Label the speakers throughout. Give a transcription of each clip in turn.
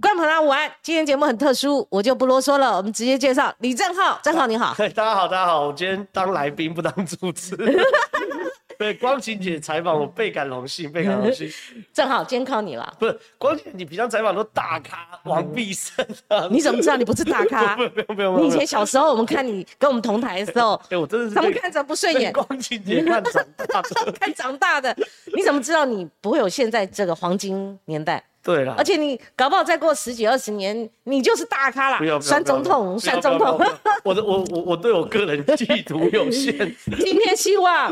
Speaker 1: 观众朋友午安，今天节目很特殊，我就不啰嗦了，我们直接介绍李正浩，正浩你 好。
Speaker 2: 对，大家好，大家好，我今天当来宾不当主持。对，光晴姐采访我倍感荣幸，倍感荣幸。
Speaker 1: 正浩，今天靠你了。
Speaker 2: 不是光晴，你平常采访都大咖，王必胜啊。
Speaker 1: 你怎么知道你不是大咖
Speaker 2: 不？用不用不用，
Speaker 1: 你以
Speaker 2: 不用
Speaker 1: 前小时候，我们看你跟我们同台的时候，
Speaker 2: 哎，我真的是
Speaker 1: 他们
Speaker 2: 被
Speaker 1: 看着不顺
Speaker 2: 被
Speaker 1: 眼，
Speaker 2: 光晴姐看长大的。
Speaker 1: 看长大的，你怎么知道你不会有现在这个黄金年代？
Speaker 2: 对啦，
Speaker 1: 而且你搞不好再过十几二十年，你就是大咖
Speaker 2: 不要
Speaker 1: 啦，
Speaker 2: 不
Speaker 1: 酸
Speaker 2: 要不要
Speaker 1: 总统，
Speaker 2: 不要
Speaker 1: 酸总
Speaker 2: 不要
Speaker 1: 统
Speaker 2: 不。要不要我的我我我对我个人企图有限，
Speaker 1: 今天希望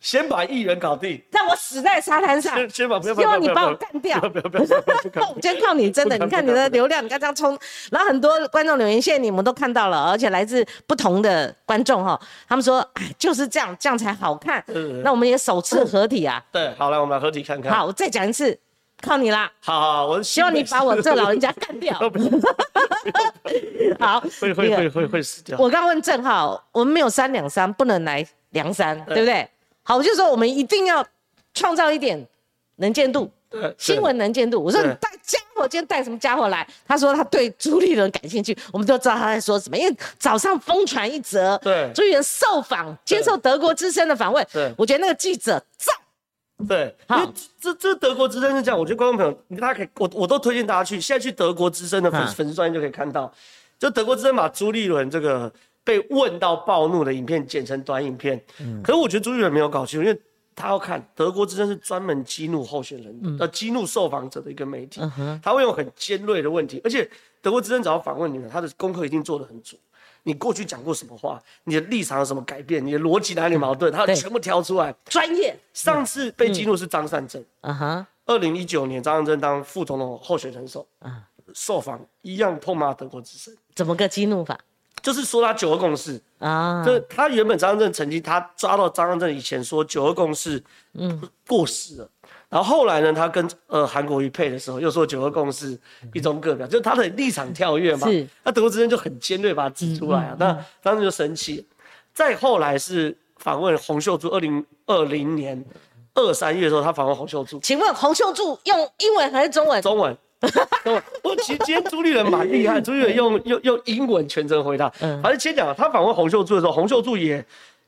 Speaker 2: 先把艺人搞定，
Speaker 1: 让我死在沙滩上，
Speaker 2: 先先把不要不
Speaker 1: 希
Speaker 2: 要
Speaker 1: 望
Speaker 2: 不
Speaker 1: 你
Speaker 2: 要不
Speaker 1: 把
Speaker 2: 要
Speaker 1: 我干掉
Speaker 2: 不。要不要不要不要不要不
Speaker 1: 那我
Speaker 2: 要
Speaker 1: 们今天靠你，真的，
Speaker 2: 不敢
Speaker 1: 你看你
Speaker 2: 不
Speaker 1: 的
Speaker 2: 敢
Speaker 1: 流量，你看这样冲，然后很多观众留言，现在你们都看到了，而且来自不同的观众哈，他们说，哎，就是这样，这样才好看
Speaker 2: 嗯。
Speaker 1: 那我们也首次合体啊，
Speaker 2: 对，好了，我们来合体看看。
Speaker 1: 好，我再讲一次，靠你啦，
Speaker 2: 好，好，好我是
Speaker 1: 希望你
Speaker 2: 新北
Speaker 1: 把我
Speaker 2: 市
Speaker 1: 这老人家干 掉。好，
Speaker 2: 会
Speaker 1: 那
Speaker 2: 会
Speaker 1: 个
Speaker 2: 会会会死掉。
Speaker 1: 啊我刚问郑浩，我们没有三两三，不能来梁山，对不对？好，我就说我们一定要创造一点能见度，
Speaker 2: 对
Speaker 1: 新闻能见度。我说你
Speaker 2: 对
Speaker 1: 带家伙，今天带什么家伙来？他说他对朱立伦感兴趣，我们都知道他在说什么，因为早上疯传一则，
Speaker 2: 对
Speaker 1: 朱立伦受访接受德国之声的访问，
Speaker 2: 对
Speaker 1: 我觉得那个记者赞，
Speaker 2: 对，因
Speaker 1: 好
Speaker 2: 为这这这德国之声是这样，我觉得观众朋友，大家可以，我我都推荐大家去，现在去德国之声的粉
Speaker 1: 嗯
Speaker 2: 粉丝专页就可以看到，就德国之声把朱立伦这个被问到暴怒的影片剪成短影片，
Speaker 1: 嗯
Speaker 2: 可是我觉得朱立伦没有搞清楚，因为他要看德国之声是专门激怒候选
Speaker 1: 嗯
Speaker 2: 人，呃，激怒受访者的一个媒体，他会用很尖锐的问题，而且德国之声只要访问你们，他的功课一定做得很足。你过去讲过什么话？你的立场有什么改变？你的逻辑哪里矛盾？他
Speaker 1: 对
Speaker 2: 全部挑出来。
Speaker 1: 专业
Speaker 2: 上次被激怒是张善政，
Speaker 1: 啊哈，
Speaker 2: 二零一九年张善政当副总统候选人手，受访一样痛骂德国之声，
Speaker 1: 怎么个激怒法
Speaker 2: 就是说他九二共识，
Speaker 1: 啊？
Speaker 2: 就是他原本张善政曾经他抓到张善政以前说九二共识，嗯，过时了。然后后来呢，他跟呃韩国瑜配的时候，又说九二共识一中各表，就是他的立场跳跃嘛。
Speaker 1: 是，
Speaker 2: 那德国之声就很尖锐把他指出来啊，那当时就生气。再后来是访问洪秀柱，二零二零年二三月的时候，他访问洪秀柱，
Speaker 1: 请问洪秀柱用英文还是中文？
Speaker 2: 中文。中文，我其实今天朱立伦蛮厉害，朱立伦用用用英文全程回答。
Speaker 1: 嗯
Speaker 2: 反正先讲，他访问洪秀柱的时候，洪秀柱也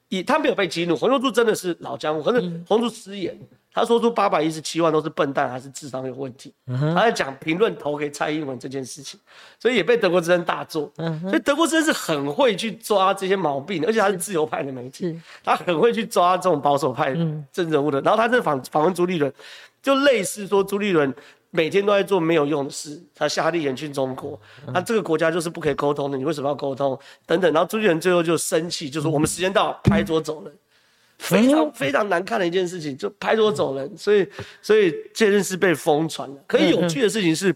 Speaker 2: 也他没有被激怒，洪秀柱真的是老江湖，可是
Speaker 1: 嗯
Speaker 2: 洪秀柱失言，他说出八百一十七万都是笨蛋还是智商有问题，
Speaker 1: 嗯
Speaker 2: 他在讲评论投给蔡英文这件事情，所以也被德国之声大做。
Speaker 1: 嗯
Speaker 2: 所以德国之声是很会去抓这些毛病的，而且他是自由派的媒体
Speaker 1: 是，嗯
Speaker 2: 他很会去抓这种保守派政治人物的。然后他这访访问朱立伦，就类似说朱立伦每天都在做没有用的事，他下令严去中国，那、这个国家就是不可以沟通的，你为什么要沟通？等等。然后朱立伦最后就生气，就说我们时间到了，拍桌走人。非常非常难看的一件事情，就拍桌走
Speaker 1: 嗯
Speaker 2: 人，所以所以这件事被疯传了。可以有趣的事情是，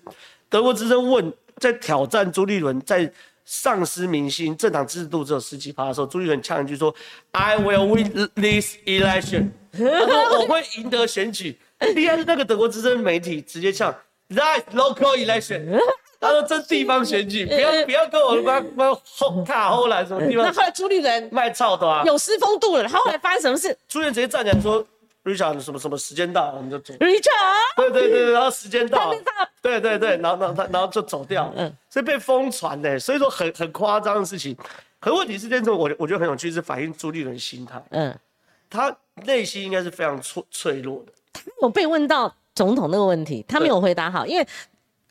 Speaker 2: 德国之声问在挑战朱立伦在丧失民心、政党制度只有十几趴的时候，朱立伦呛一句说：“I will win this election。”他说：“我会赢得选举。”厉害是那个德国之声媒体直接呛：“That is local election。”他说：“这地方选举，不要不要跟我妈妈后卡后来什么地
Speaker 1: 嗯那
Speaker 2: 方
Speaker 1: 后来朱立伦
Speaker 2: 卖操的啊。”
Speaker 1: 有失风度了，他后来发生什么事
Speaker 2: 朱元直接站起来说：“Richard，什么什么时间到，我们就走。”
Speaker 1: ？Richard，
Speaker 2: 对对对，然后时间到
Speaker 1: 他们他，
Speaker 2: 对对对，然后然后他然后就走掉，嗯，所以被疯传的，所以说很很夸张的事情。可问题是，这种我我觉得很有趣，是反映朱立伦心态，
Speaker 1: 嗯，
Speaker 2: 他内心应该是非常脆脆弱的。
Speaker 1: 我被问到总统那个问题，他没有回答好，因为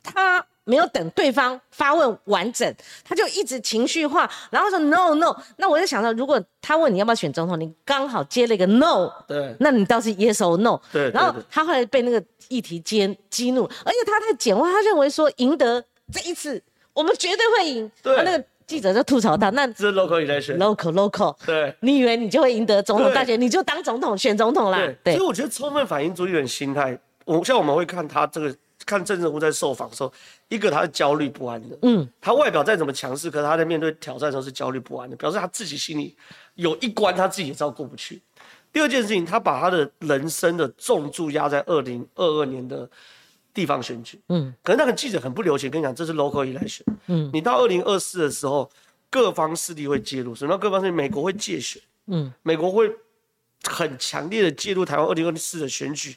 Speaker 1: 他没有等对方发问完整，他就一直情绪化，然后说 no no。那我就想到，如果他问你要不要选总统，你刚好接了一个 no，
Speaker 2: 对
Speaker 1: 那你倒是 yes or no。
Speaker 2: 对对
Speaker 1: 然后
Speaker 2: 对
Speaker 1: 他后来被那个议题激激怒，而且他太简化，他认为说赢得这一次我们绝对会赢。
Speaker 2: 对
Speaker 1: 他那个记者就吐槽他，那
Speaker 2: 这是 local election，
Speaker 1: local local。
Speaker 2: 对
Speaker 1: 你以为你就会赢得总统
Speaker 2: 对
Speaker 1: 大选，你就当总统选总统啦？
Speaker 2: 对，所以我觉得充分反映朱立伦心态。我像我们会看他这个看政治人物在受访的时候，一个他是焦虑不安的，嗯，他外表再怎么强势，可是他在面对挑战的时候是焦虑不安的，表示他自己心里有一关他自己也知道过不去。第二件事情，他把他的人生的重注压在二零二二年的地方选举，嗯，可是那个记者很不留情，跟你讲这是 local election，嗯，你到二零二四的时候，各方势力会介入，什么叫各方势力？美国会借选，嗯，美国会很强烈的介入台湾二零二四的选举，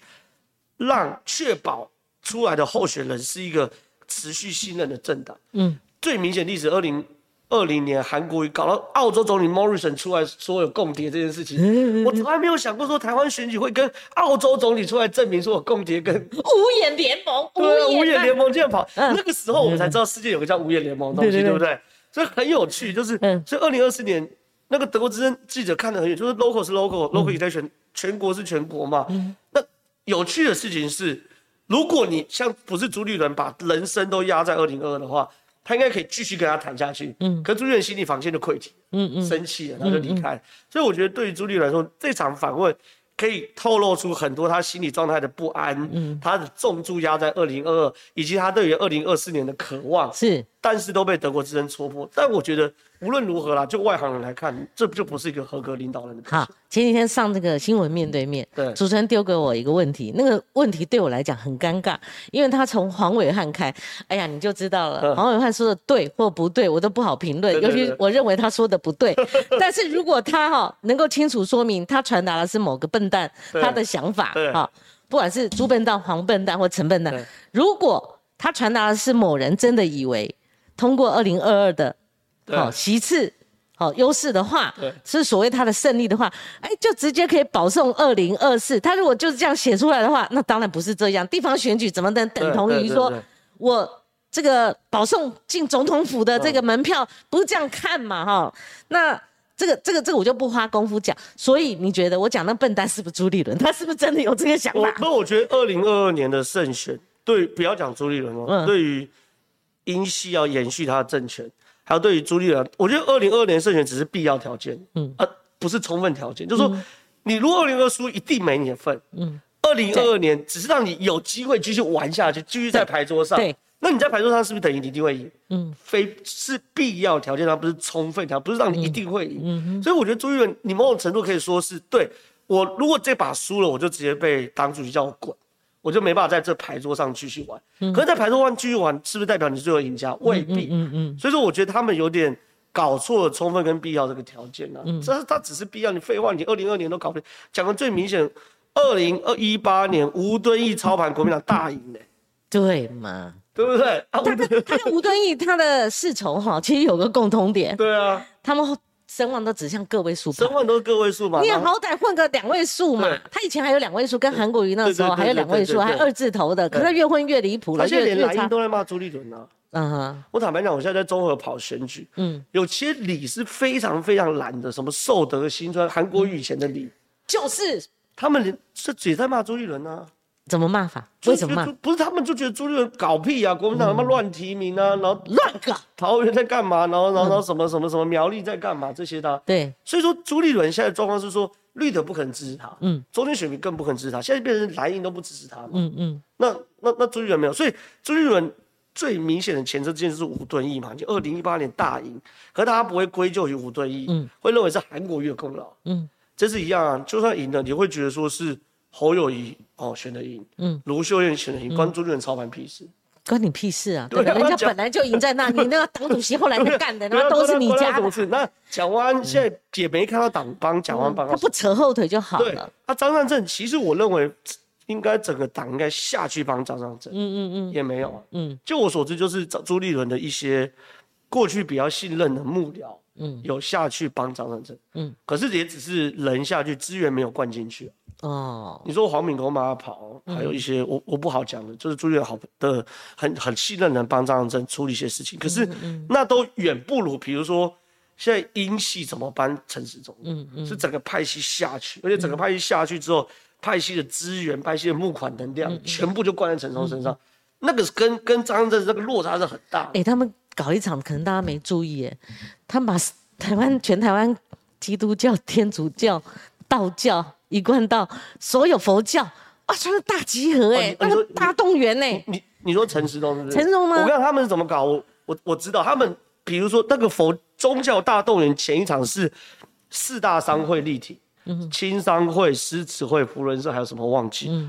Speaker 2: 让确保出来的候选人是一个持续信任的政党。
Speaker 1: 嗯，
Speaker 2: 最明显例子，二零二零年韩国瑜搞到澳洲总理 Morrison 出来说有共谍这件事情，我从来没有想过说台湾选举会跟澳洲总理出来证明说我共谍跟
Speaker 1: 五眼联盟，
Speaker 2: 对啊，五眼联
Speaker 1: 盟，
Speaker 2: 盟这样跑，
Speaker 1: 嗯
Speaker 2: 那个时候我们才知道世界有个叫五眼联盟的东
Speaker 1: 对
Speaker 2: 西，
Speaker 1: 对对
Speaker 2: 对不对？所以很有趣，就是
Speaker 1: 嗯
Speaker 2: 所以二零二四年那个德国之声记者看得很远，就是 local 是
Speaker 1: 嗯
Speaker 2: local，local 也在全全国是全国嘛。那有趣的事情是，如果你像不是朱立伦把人生都压在二零二二的话，他应该可以继续跟他谈下去。嗯，可朱立伦心理防线就溃堤，
Speaker 1: 嗯嗯，
Speaker 2: 生气了，他就离开。所以我觉得对于朱立伦来说，这场访问可以透露出很多他心理状态的不安，
Speaker 1: 嗯
Speaker 2: 他的重注压在二零二二，以及他对于二零二四年的渴望，
Speaker 1: 是
Speaker 2: 但是都被德国之声戳破。但我觉得无论如何啦，就外行人来看，这就不是一个合格领导人的表
Speaker 1: 好
Speaker 2: 现。，
Speaker 1: 前几天上这个新闻面对面，
Speaker 2: 对
Speaker 1: 主持人丢给我一个问题，那个问题对我来讲很尴尬，因为他从黄伟汉开，哎呀，你就知道了，
Speaker 2: 嗯
Speaker 1: 黄伟汉说的对或不对，我都不好评论，
Speaker 2: 对对
Speaker 1: 尤其
Speaker 2: 对
Speaker 1: 我认为他说的不 对，但是如果他哈、能够清楚说明他传达的是某个笨蛋
Speaker 2: 对
Speaker 1: 他的想法，
Speaker 2: 对
Speaker 1: 哈、不管是朱笨蛋、黄笨蛋或陈笨蛋
Speaker 2: 对，
Speaker 1: 如果他传达的是某人真的以为通过二零二二的
Speaker 2: 对
Speaker 1: 好席次好优势的话
Speaker 2: 对，
Speaker 1: 是所谓他的胜利的话，哎，就直接可以保送二零二四。他如果就是这样写出来的话，那当然不是这样。地方选举怎么能等同
Speaker 2: 对
Speaker 1: 于
Speaker 2: 对
Speaker 1: 说
Speaker 2: 对
Speaker 1: 我这个保送进总统府的这个门票，不是这样看嘛？哈，那。这个这个这个我就不花功夫讲，所以你觉得我讲那笨蛋是不是朱立伦？他是不是真的有这个想
Speaker 2: 我
Speaker 1: 法？
Speaker 2: 那我觉得二零二二年的胜选，对，不要讲朱立伦哦，
Speaker 1: 嗯
Speaker 2: 对于英系要延续他的政权，还有对于朱立伦，我觉得二零二二年胜选只是必要条件，嗯，啊，不是充分条件，就是说、
Speaker 1: 嗯
Speaker 2: 你如果二零二输，一定没你的份，嗯，二零二二年只是让你有机会继续玩下去，继续在牌桌上，
Speaker 1: 对对
Speaker 2: 那你在牌桌上是不是等于你一定会赢？嗯，非是必要条件，它不是充分条件，不是让你一定会
Speaker 1: 嗯
Speaker 2: 赢。所以我觉得朱立伦，你某种程度可以说是对我，如果这把输了，我就直接被党主席叫我滚，我就没办法在这牌桌上继续玩。可是，在牌桌上继续玩，是不是代表你最后赢家？未必。
Speaker 1: 嗯嗯，
Speaker 2: 所以说，我觉得他们有点搞错了充分跟必要这个条件了、
Speaker 1: 嗯
Speaker 2: 啊。这他只是必要，你废话，你二零二年都搞不定。讲的最明显，二零二一八年吴敦义操盘国民党大赢嘞、
Speaker 1: 对嘛？
Speaker 2: 对不对？啊，
Speaker 1: 他跟他跟吴敦义他的世仇哈，其实有个共通点，
Speaker 2: 对啊，
Speaker 1: 他们声望都指向个位数吧
Speaker 2: 身。份都是个位数嘛。
Speaker 1: 你也
Speaker 2: 然后
Speaker 1: 好歹混个两位数嘛
Speaker 2: 对，
Speaker 1: 他以前还有两位数，跟韩国瑜那时候
Speaker 2: 对对对
Speaker 1: 还有两位数，
Speaker 2: 对对对
Speaker 1: 还
Speaker 2: 对
Speaker 1: 二字头的，可
Speaker 2: 对
Speaker 1: 是他越混越离谱了，
Speaker 2: 他现在
Speaker 1: 越
Speaker 2: 连
Speaker 1: 越
Speaker 2: 蓝
Speaker 1: 差
Speaker 2: 营。都在骂朱立伦啊。
Speaker 1: 嗯哼，
Speaker 2: 我坦白讲，我现在在综合跑选举，
Speaker 1: 嗯
Speaker 2: 嗯，有些理是非常非常蓝的，什么寿德新村、韩国瑜以前的
Speaker 1: 嗯
Speaker 2: 理，
Speaker 1: 就是
Speaker 2: 他们连这也在骂朱立伦啊。
Speaker 1: 怎么骂法？
Speaker 2: 就
Speaker 1: 为什么
Speaker 2: 就
Speaker 1: 骂？嗯
Speaker 2: 就不是他们就觉得朱立伦搞屁啊，国民党他妈乱提名啊，然后
Speaker 1: 乱搞。
Speaker 2: 桃园在干嘛，然后然后
Speaker 1: 嗯
Speaker 2: 然后什么什么什么苗栗在干嘛这些的啊、
Speaker 1: 对，
Speaker 2: 所以说朱立伦现在的状况是说，绿的不可能支持他，嗯，中间选民更不可能支持他，现在变成蓝营都不支持他嘛，
Speaker 1: 嗯嗯，
Speaker 2: 那那那朱立伦没有，所以朱立伦最明显的前车之鉴就是吴敦义嘛，就二零一八年大赢，可大家不会归咎于吴敦义，会认为是韩国瑜的功劳，
Speaker 1: 嗯
Speaker 2: 这是一样啊，就算赢了，你会觉得说是侯友谊哦选的赢，
Speaker 1: 嗯
Speaker 2: 卢秀燕选的赢，关朱立伦操盘屁事，
Speaker 1: 关你屁事啊！对吧？
Speaker 2: 对啊
Speaker 1: 人家
Speaker 2: 讲
Speaker 1: 本来就赢在那，你那个党主席后来才干的，
Speaker 2: 对
Speaker 1: 然后
Speaker 2: 啊
Speaker 1: 都是你
Speaker 2: 关他
Speaker 1: 家
Speaker 2: 什么
Speaker 1: 的，
Speaker 2: 事那蒋万安现在也没看到党帮蒋万安帮
Speaker 1: 他不扯后腿就好
Speaker 2: 对
Speaker 1: 了。，
Speaker 2: 那张善政其实我认为应该整个党应该下去帮张善政，
Speaker 1: 嗯嗯嗯，
Speaker 2: 也没有啊。
Speaker 1: 嗯
Speaker 2: 嗯，就我所知，就是找朱立伦的一些过去比较信任的幕僚，
Speaker 1: 嗯
Speaker 2: 嗯，有下去帮张善政，
Speaker 1: 嗯
Speaker 2: 嗯，可是也只是人下去，资源没有灌进去啊、
Speaker 1: 哦，
Speaker 2: 你说黄敏公马跑，还有一些我我不好讲的，就是朱立伦好的很很信任人帮张善政处理一些事情，可是那都远不如，比如说。现在英系怎么搬陈时中？嗯嗯，是整个派系下去，而且整个派系下去之后，派系的资源、派系的募款能量，全部就灌在陈时中身上。那个是跟跟张震那个落差是很大的。
Speaker 1: 哎、他们搞一场，可能大家没注意，哎，他们把台湾全台湾基督教、天主教、道教、一贯道，所有佛教，哇，穿的大集合，哎、那
Speaker 2: 哦你你说
Speaker 1: 个大动员呢，
Speaker 2: 你你说陈时中是不是？
Speaker 1: 陈时中吗
Speaker 2: 我看他们是怎么搞，我我我知道他们，比如说那个佛宗教大动员前一场是四大商会立体，
Speaker 1: 嗯
Speaker 2: 青商会、诗词会、福伦社还有什么忘
Speaker 1: 嗯
Speaker 2: 记？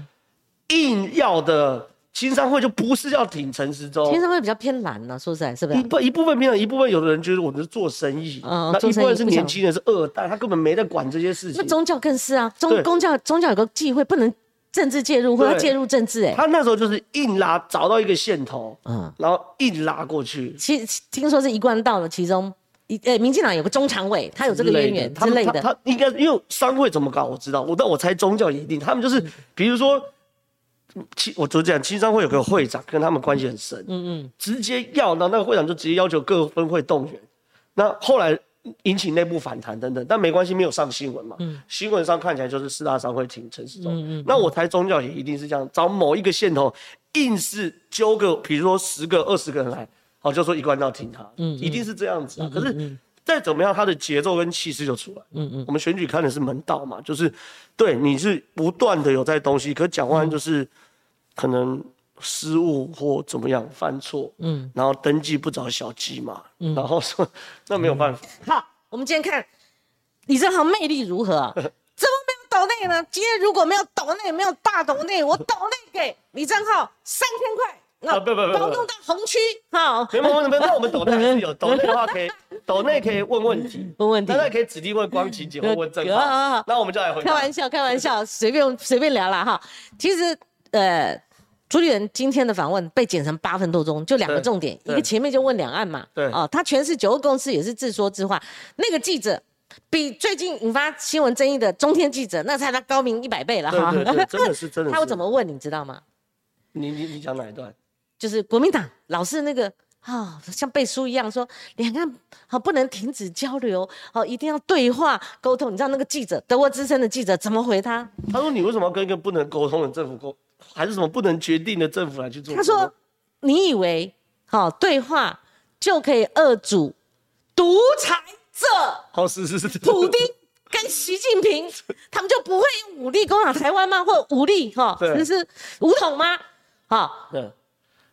Speaker 2: 硬要的青商会就不是要挺陈时中，
Speaker 1: 天上会比较偏蓝呢、说实在，是不
Speaker 2: 一
Speaker 1: 是？啊
Speaker 2: 部一部分偏了，一部分有的人觉得我们是做生意，
Speaker 1: 嗯
Speaker 2: 那
Speaker 1: 做
Speaker 2: 一
Speaker 1: 生意
Speaker 2: 部分是
Speaker 1: 不想
Speaker 2: 年轻人是二代，他根本没在管这些事
Speaker 1: 那
Speaker 2: 情。
Speaker 1: 宗教更是啊，宗
Speaker 2: 对
Speaker 1: 宗教宗教有个忌讳，不能政治介入，或者
Speaker 2: 对
Speaker 1: 介入政治、哎，
Speaker 2: 他那时候就是硬拉，找到一个线头，
Speaker 1: 嗯，
Speaker 2: 然后硬拉过去。
Speaker 1: 其其听说是一贯道的其中一，呃、民进党有个中常委，他有这个渊源之
Speaker 2: 他们
Speaker 1: 类
Speaker 2: 他
Speaker 1: 的，
Speaker 2: 他应该因为商会怎么搞我知道，我但我猜宗教也一定，他们就是
Speaker 1: 嗯
Speaker 2: 比如说。七，我昨天讲，青商会有个会长跟他们关系很深，嗯嗯，直接要，那那个会长就直接要求各分会动员，那后来引起内部反弹等等，但没关系，没有上新闻嘛，新闻上看起来就是四大商会挺陈世忠，那我猜宗教也一定是这样，找某一个线头，硬是揪个，比如说十个、二十个人来，好就说一贯道挺他，一定是这样子啊，可是。再怎么样，他的节奏跟气势就出来。嗯嗯，我们选举看的是门道嘛，就是对你是不断的有在东西，可蒋万安就是可能失误或怎么样犯错，嗯，然后登记不找小鸡嘛，然后说那没有办法，
Speaker 1: 好，我们今天看李正航魅力如何 啊？怎么没有抖内呢？今天如果没有抖内，没有大抖内，我抖内给李正浩三千块，那
Speaker 2: 啊不不不不
Speaker 1: 包弄到红区，好，
Speaker 2: 没没没没，那我们抖内还是有抖内的话可以，抖内可以问问题，
Speaker 1: 问问题
Speaker 2: 那可以指定问光琦姐或问郑
Speaker 1: 啊啊
Speaker 2: 浩
Speaker 1: 啊，
Speaker 2: 那我们就来 回答
Speaker 1: 开玩笑，开玩笑，随便随便聊啦哈。其实，呃，朱立伦今天的访问被剪成八分多钟，就两个
Speaker 2: 对
Speaker 1: 重点，一
Speaker 2: 对
Speaker 1: 个前面就问两岸嘛，
Speaker 2: 对
Speaker 1: 哦，他全是九二共识，也是自说自话。那个记者比最近引发新闻争议的中天记者，那才他高明一百倍了哈。
Speaker 2: 对对对，真的是真的是，
Speaker 1: 他会怎么问你知道吗？
Speaker 2: 你你你讲哪一段？
Speaker 1: 就是国民党老是那个啊、像背书一样说两岸好、不能停止交流，哦，一定要对话沟通。你知道那个记者，德国资深的记者怎么回他？
Speaker 2: 他说你为什么要跟一个不能沟通的政府沟，还是什么不能决定的政府来去做沟
Speaker 1: 他
Speaker 2: 通？
Speaker 1: 说：“你以为好、对话就可以遏阻独裁者
Speaker 2: 好是是是，
Speaker 1: 普丁跟习近 平，他们就不会用武力攻打台湾吗？或武力哈，
Speaker 2: 对
Speaker 1: 这是武统吗？哈、
Speaker 2: 对，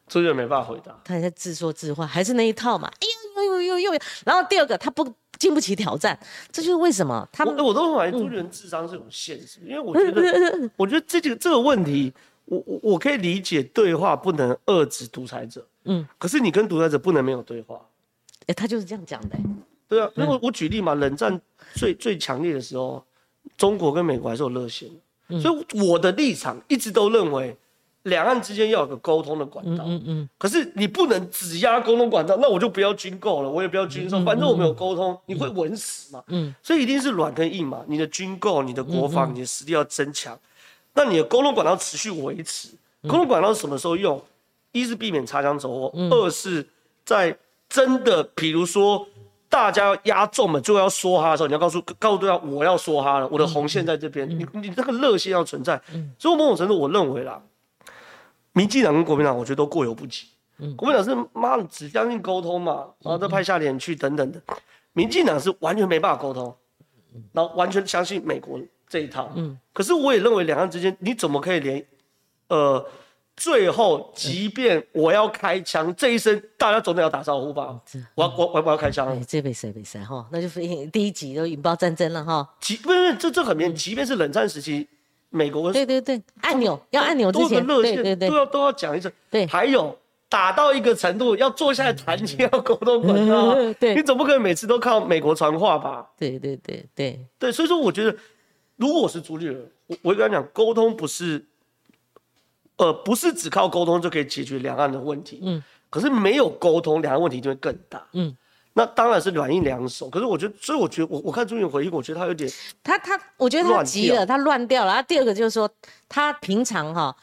Speaker 2: 朱远没办法回答。
Speaker 1: 他还在自说自话，还是那一套嘛。哎呦呦呦呦呦！然后第二个，他不经不起挑战，这就是为什么他们嗯
Speaker 2: 我我都怀疑朱立伦智商是有限制，因为我觉得，我觉得这个这个问题，我我我可以理解，对话不能遏制独裁者，嗯，可是你跟独裁者不能没有对话，
Speaker 1: 哎、他就是这样讲的、
Speaker 2: 对啊，因为我举例嘛，冷战最最强烈的时候，中国跟美国还是有热线的，所以我的立场一直都认为，两岸之间要有个沟通的管道。嗯嗯。可是你不能只压沟通管道，那我就不要军购了，我也不要军售，反正我们有沟通，你会稳死嘛。嗯。所以一定是软跟硬嘛，你的军购、你的国防、你的实力要增强，那你的沟通管道持续维持。沟通管道什么时候用？一是避免擦枪走火，二是在真的，比如说大家要压中了，最后要说哈的时候，你要告诉告诉对方，我要说哈了，我的红线在这边，你你这个热线要存在。所以某种程度，我认为啦，民进党跟国民党，我觉得都过犹不及。国民党是妈的只相信沟通嘛，然后再派下脸去等等的，民进党是完全没办法沟通，然后完全相信美国这一套。可是我也认为两岸之间，你怎么可以连呃？最后，即便我要开枪，这一声大家总得要打招呼吧？我要我我我要开枪了
Speaker 1: 哎、，这被谁被谁哈？那就是第一集就引爆战争了哈。
Speaker 2: 即不是这这很明显，即便是冷战时期，美国
Speaker 1: 对对对，按钮要按钮之
Speaker 2: 多个
Speaker 1: 前，
Speaker 2: 热
Speaker 1: 对
Speaker 2: 线
Speaker 1: 对对
Speaker 2: 都，要都要讲一声。
Speaker 1: 对
Speaker 2: 还有打到一个程度，要坐下来谈天，要沟通管道啊
Speaker 1: 嗯。对
Speaker 2: 你总不可能每次都靠美国传话吧？
Speaker 1: 对对对对，
Speaker 2: 对，所以说我觉得，如果我是朱立伦，我我会跟他讲，沟通不是，呃，不是只靠沟通就可以解决两岸的问题。嗯，可是没有沟通，两岸问题就会更大。嗯，那当然是软硬两手。可是我觉得，所以我觉得我我看朱立伦回应，我觉得他有点
Speaker 1: 他他，我觉得他
Speaker 2: 乱
Speaker 1: 急
Speaker 2: 掉
Speaker 1: 了，他乱掉了。他第二个就是说，他平常哈、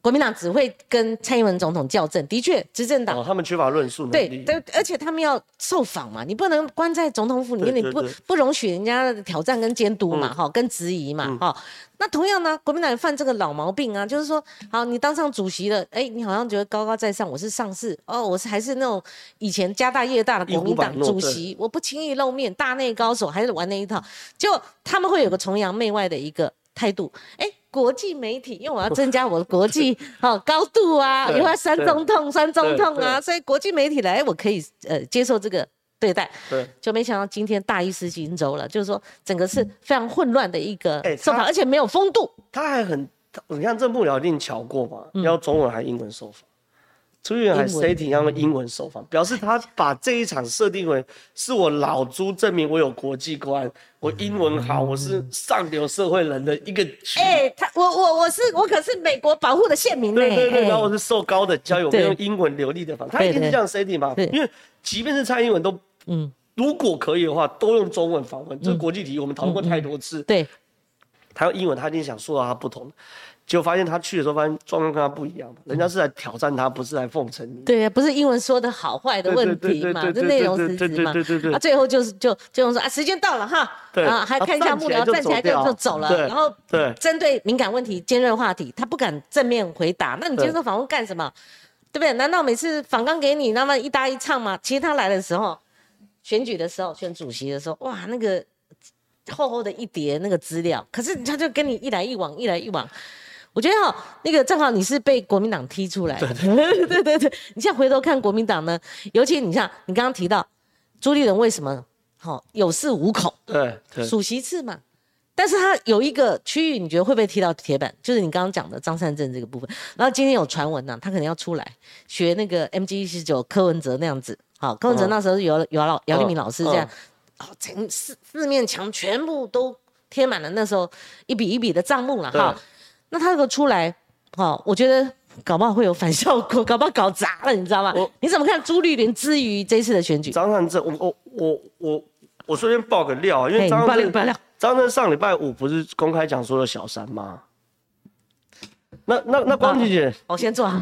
Speaker 1: 国民党只会跟蔡英文总统较正，的确，执政党
Speaker 2: 哦，他们缺乏论述能
Speaker 1: 对
Speaker 2: 力。
Speaker 1: 对，而且他们要受访嘛，你不能关在总统府里面，
Speaker 2: 对
Speaker 1: 你
Speaker 2: 对嗯
Speaker 1: 不
Speaker 2: 对
Speaker 1: 不容许人家的挑战跟监督嘛，哈、跟质疑
Speaker 2: 嗯
Speaker 1: 嘛，哈、那同样呢，国民党也犯这个老毛病啊，就是说，好，你当上主席了，哎，你好像觉得高高在上，我是上士哦，我是还是那种以前家大业大的
Speaker 2: 一
Speaker 1: 国
Speaker 2: 呼
Speaker 1: 民
Speaker 2: 百
Speaker 1: 党
Speaker 2: 诺
Speaker 1: 主
Speaker 2: 对
Speaker 1: 席，我不轻易露面，大内高手还是玩那一套，就他们会有个崇洋媚外的一个态度，哎。国际媒体，因为我要增加我的国 际哦高度啊，
Speaker 2: 对
Speaker 1: 因为要三
Speaker 2: 对
Speaker 1: 中痛三中
Speaker 2: 对
Speaker 1: 痛
Speaker 2: 对
Speaker 1: 啊，所以国际媒体来，我可以呃接受这个对待，
Speaker 2: 对
Speaker 1: 就没想到今天大意失荆州了，就是说整个是非常混乱的一个
Speaker 2: 哎
Speaker 1: 受访，
Speaker 2: 他
Speaker 1: 而且没有风度。
Speaker 2: 他还很，你看这幕僚一定瞧过吧？要中文还英文手法，朱立伦还
Speaker 1: 嗯英文
Speaker 2: setting 他们英文手法，表示他把这一场设定为是我老朱证明我有国际观，我英文好，我是上流社会人的一个举
Speaker 1: 嗯哎、他我我我是我可是美国保护的县民呢、
Speaker 2: 对对对，
Speaker 1: 哎
Speaker 2: 然后我是受高等教育，我们
Speaker 1: 对
Speaker 2: 用英文流利的方法，他一定
Speaker 1: 对
Speaker 2: 是
Speaker 1: 对
Speaker 2: 这样 setting 嘛
Speaker 1: 对，
Speaker 2: 因为即便是蔡英文都，
Speaker 1: 嗯
Speaker 2: 如果可以的话，都用中文访问，这个国际题我们讨论过太多次，
Speaker 1: 对，
Speaker 2: 他用英文，他一定想说到他不同的，结果发现他去的时候发现状况跟他不一样嘛，人家是来挑战他，不是来奉承你。
Speaker 1: 对，不是英文说的好坏的问题嘛，
Speaker 2: 对对对对对
Speaker 1: 这内容
Speaker 2: 对
Speaker 1: 实
Speaker 2: 对
Speaker 1: 质
Speaker 2: 对
Speaker 1: 嘛
Speaker 2: 对对对对，
Speaker 1: 啊，最后就是就就用说啊，时间到了哈，
Speaker 2: 对
Speaker 1: 啊，还
Speaker 2: 他
Speaker 1: 看一下
Speaker 2: 站
Speaker 1: 幕
Speaker 2: 起来
Speaker 1: 僚
Speaker 2: 就
Speaker 1: 站起来
Speaker 2: 走
Speaker 1: 就
Speaker 2: 掉
Speaker 1: 就走了，
Speaker 2: 对
Speaker 1: 然后
Speaker 2: 对
Speaker 1: 针对敏感问题、尖锐话题，他不敢正面回答，那你接受访问干什么？对不对？难道每次访纲给你那么一搭一唱吗？其实他来的时候，选举的时候，选主席的时候，哇，那个厚厚的一叠那个资料，可是他就跟你一来一往，一来一往。我觉得哦，那个正好你是被国民党踢出来的，对对对对。你现在回头看国民党呢，尤其你像你刚刚提到朱立伦为什么好、有恃无恐，
Speaker 2: 对对
Speaker 1: 属其次嘛。但是他有一个区域，你觉得会不会踢到铁板？就是你刚刚讲的张善政这个部分。然后今天有传闻啊呢、他可能要出来学那个 MG 一十九柯文哲那样子。好，柯文哲
Speaker 2: 嗯
Speaker 1: 那时候是姚姚老姚立明老师这样
Speaker 2: 嗯，
Speaker 1: 哦，整四四面墙全部都贴满了那时候一笔一笔的账目了哈
Speaker 2: 对。
Speaker 1: 那他如果出来，好、我觉得搞不好会有反效果， 搞不好搞砸了，你知道吗
Speaker 2: 我？
Speaker 1: 你怎么看朱立伦之于这次的选举？
Speaker 2: 张善政，我我我我我顺便爆个料啊，因
Speaker 1: 哎
Speaker 2: 为
Speaker 1: 你
Speaker 2: 张
Speaker 1: 爆
Speaker 2: 善
Speaker 1: 料你
Speaker 2: 政
Speaker 1: 爆料
Speaker 2: 张善政上礼拜五不是公开讲说有小三吗？那那那光
Speaker 1: 啊
Speaker 2: 姐姐
Speaker 1: 我先做好，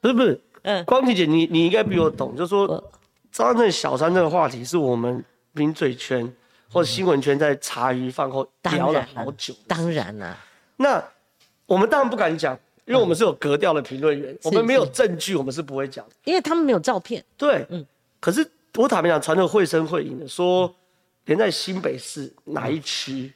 Speaker 2: 不是不是，
Speaker 1: 嗯
Speaker 2: 光姐姐你你应该比我懂，就说张善政小三这个话题是我们民嘴圈或者新闻圈在茶余饭后
Speaker 1: 当
Speaker 2: 聊了
Speaker 1: 然
Speaker 2: 好久。
Speaker 1: 当然啦、
Speaker 2: 那我们当然不敢讲，因为我们是有格调的评论员，我们没有证据，我们是不会讲的。
Speaker 1: 因为他们没有照片。
Speaker 2: 对，可是我坦白讲，传的绘声绘影的说，连在新北市哪一区，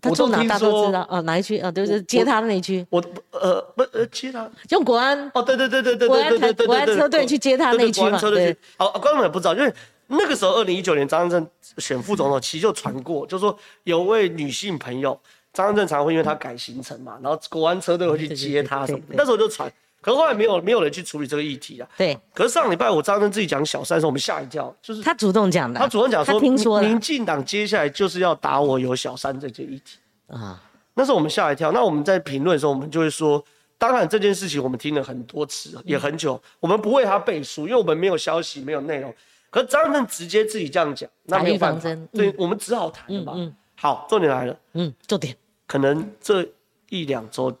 Speaker 1: 他
Speaker 2: 我都
Speaker 1: 住哪
Speaker 2: 听
Speaker 1: 大家都
Speaker 2: 说
Speaker 1: 知道啊，哪一区啊？对，就是
Speaker 2: 我
Speaker 1: 接他的那一区，
Speaker 2: 我呃不呃，其他
Speaker 1: 用国安
Speaker 2: 哦，对对对对对
Speaker 1: 国
Speaker 2: 对
Speaker 1: 安
Speaker 2: 对对
Speaker 1: 台
Speaker 2: 对，
Speaker 1: 国安
Speaker 2: 对
Speaker 1: 车队去接他
Speaker 2: 对对
Speaker 1: 那一区
Speaker 2: 国安
Speaker 1: 嘛
Speaker 2: 车队去
Speaker 1: 对。
Speaker 2: 好，观众也不知道，因为那个时候二零一九年张善政选副总统，其实就传过，就说有位女性朋友张善政常会因为她改行程嘛，然后国安车队会去接她什么的，
Speaker 1: 对对对对对
Speaker 2: 那时候就传，可是后来没有没有人去处理这个议题啊。
Speaker 1: 对
Speaker 2: 可是上礼拜我张善政自己讲小三的时候，我们吓一跳，就是
Speaker 1: 他主动讲的啊，
Speaker 2: 他主动讲说，
Speaker 1: 他听说
Speaker 2: 民
Speaker 1: 了
Speaker 2: 民进党接下来就是要打我有小三这件议题。
Speaker 1: 啊，
Speaker 2: 那时候我们吓一跳。那我们在评论的时候，我们就会说，当然这件事情我们听了很多次，也很久，我们不为他背书，因为我们没有消息，没有内容。可张胜直接自己这样讲，那没有
Speaker 1: 打预
Speaker 2: 办法
Speaker 1: 防针，
Speaker 2: 对、我们只好谈了嘛。好，重点来了，
Speaker 1: 嗯，重点
Speaker 2: 可能这一两周，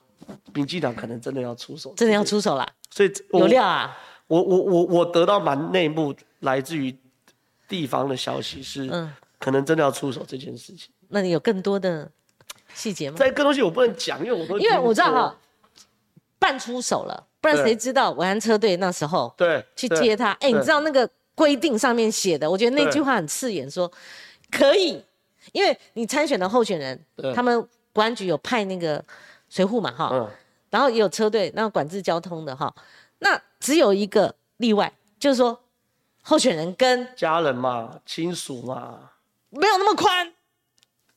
Speaker 2: 民进党可能真的要出手，
Speaker 1: 真的要出手了，
Speaker 2: 所以我
Speaker 1: 有料啊，
Speaker 2: 我我我我得到蛮内幕来自于地方的消息是，
Speaker 1: 嗯
Speaker 2: 可能真的要出手这件事情。
Speaker 1: 那你有更多的细节吗？
Speaker 2: 在更多东西我不能讲，因为我都
Speaker 1: 因为我知道
Speaker 2: 听过
Speaker 1: 哈，，办出手了，不然
Speaker 2: 对
Speaker 1: 谁知道维安车队那时候
Speaker 2: 对，
Speaker 1: 去
Speaker 2: 对
Speaker 1: 接他？哎，你
Speaker 2: 对
Speaker 1: 知道那个规定上面写的，我觉得那
Speaker 2: 对
Speaker 1: 句话很刺眼，说可以，因为你参选的候选人
Speaker 2: 对，
Speaker 1: 他们国安局有派那个随护嘛，哈，
Speaker 2: 嗯，
Speaker 1: 然后也有车队，那管制交通的哈。那只有一个例外，就是说候选人跟
Speaker 2: 家人嘛，亲属嘛，
Speaker 1: 没有那么宽，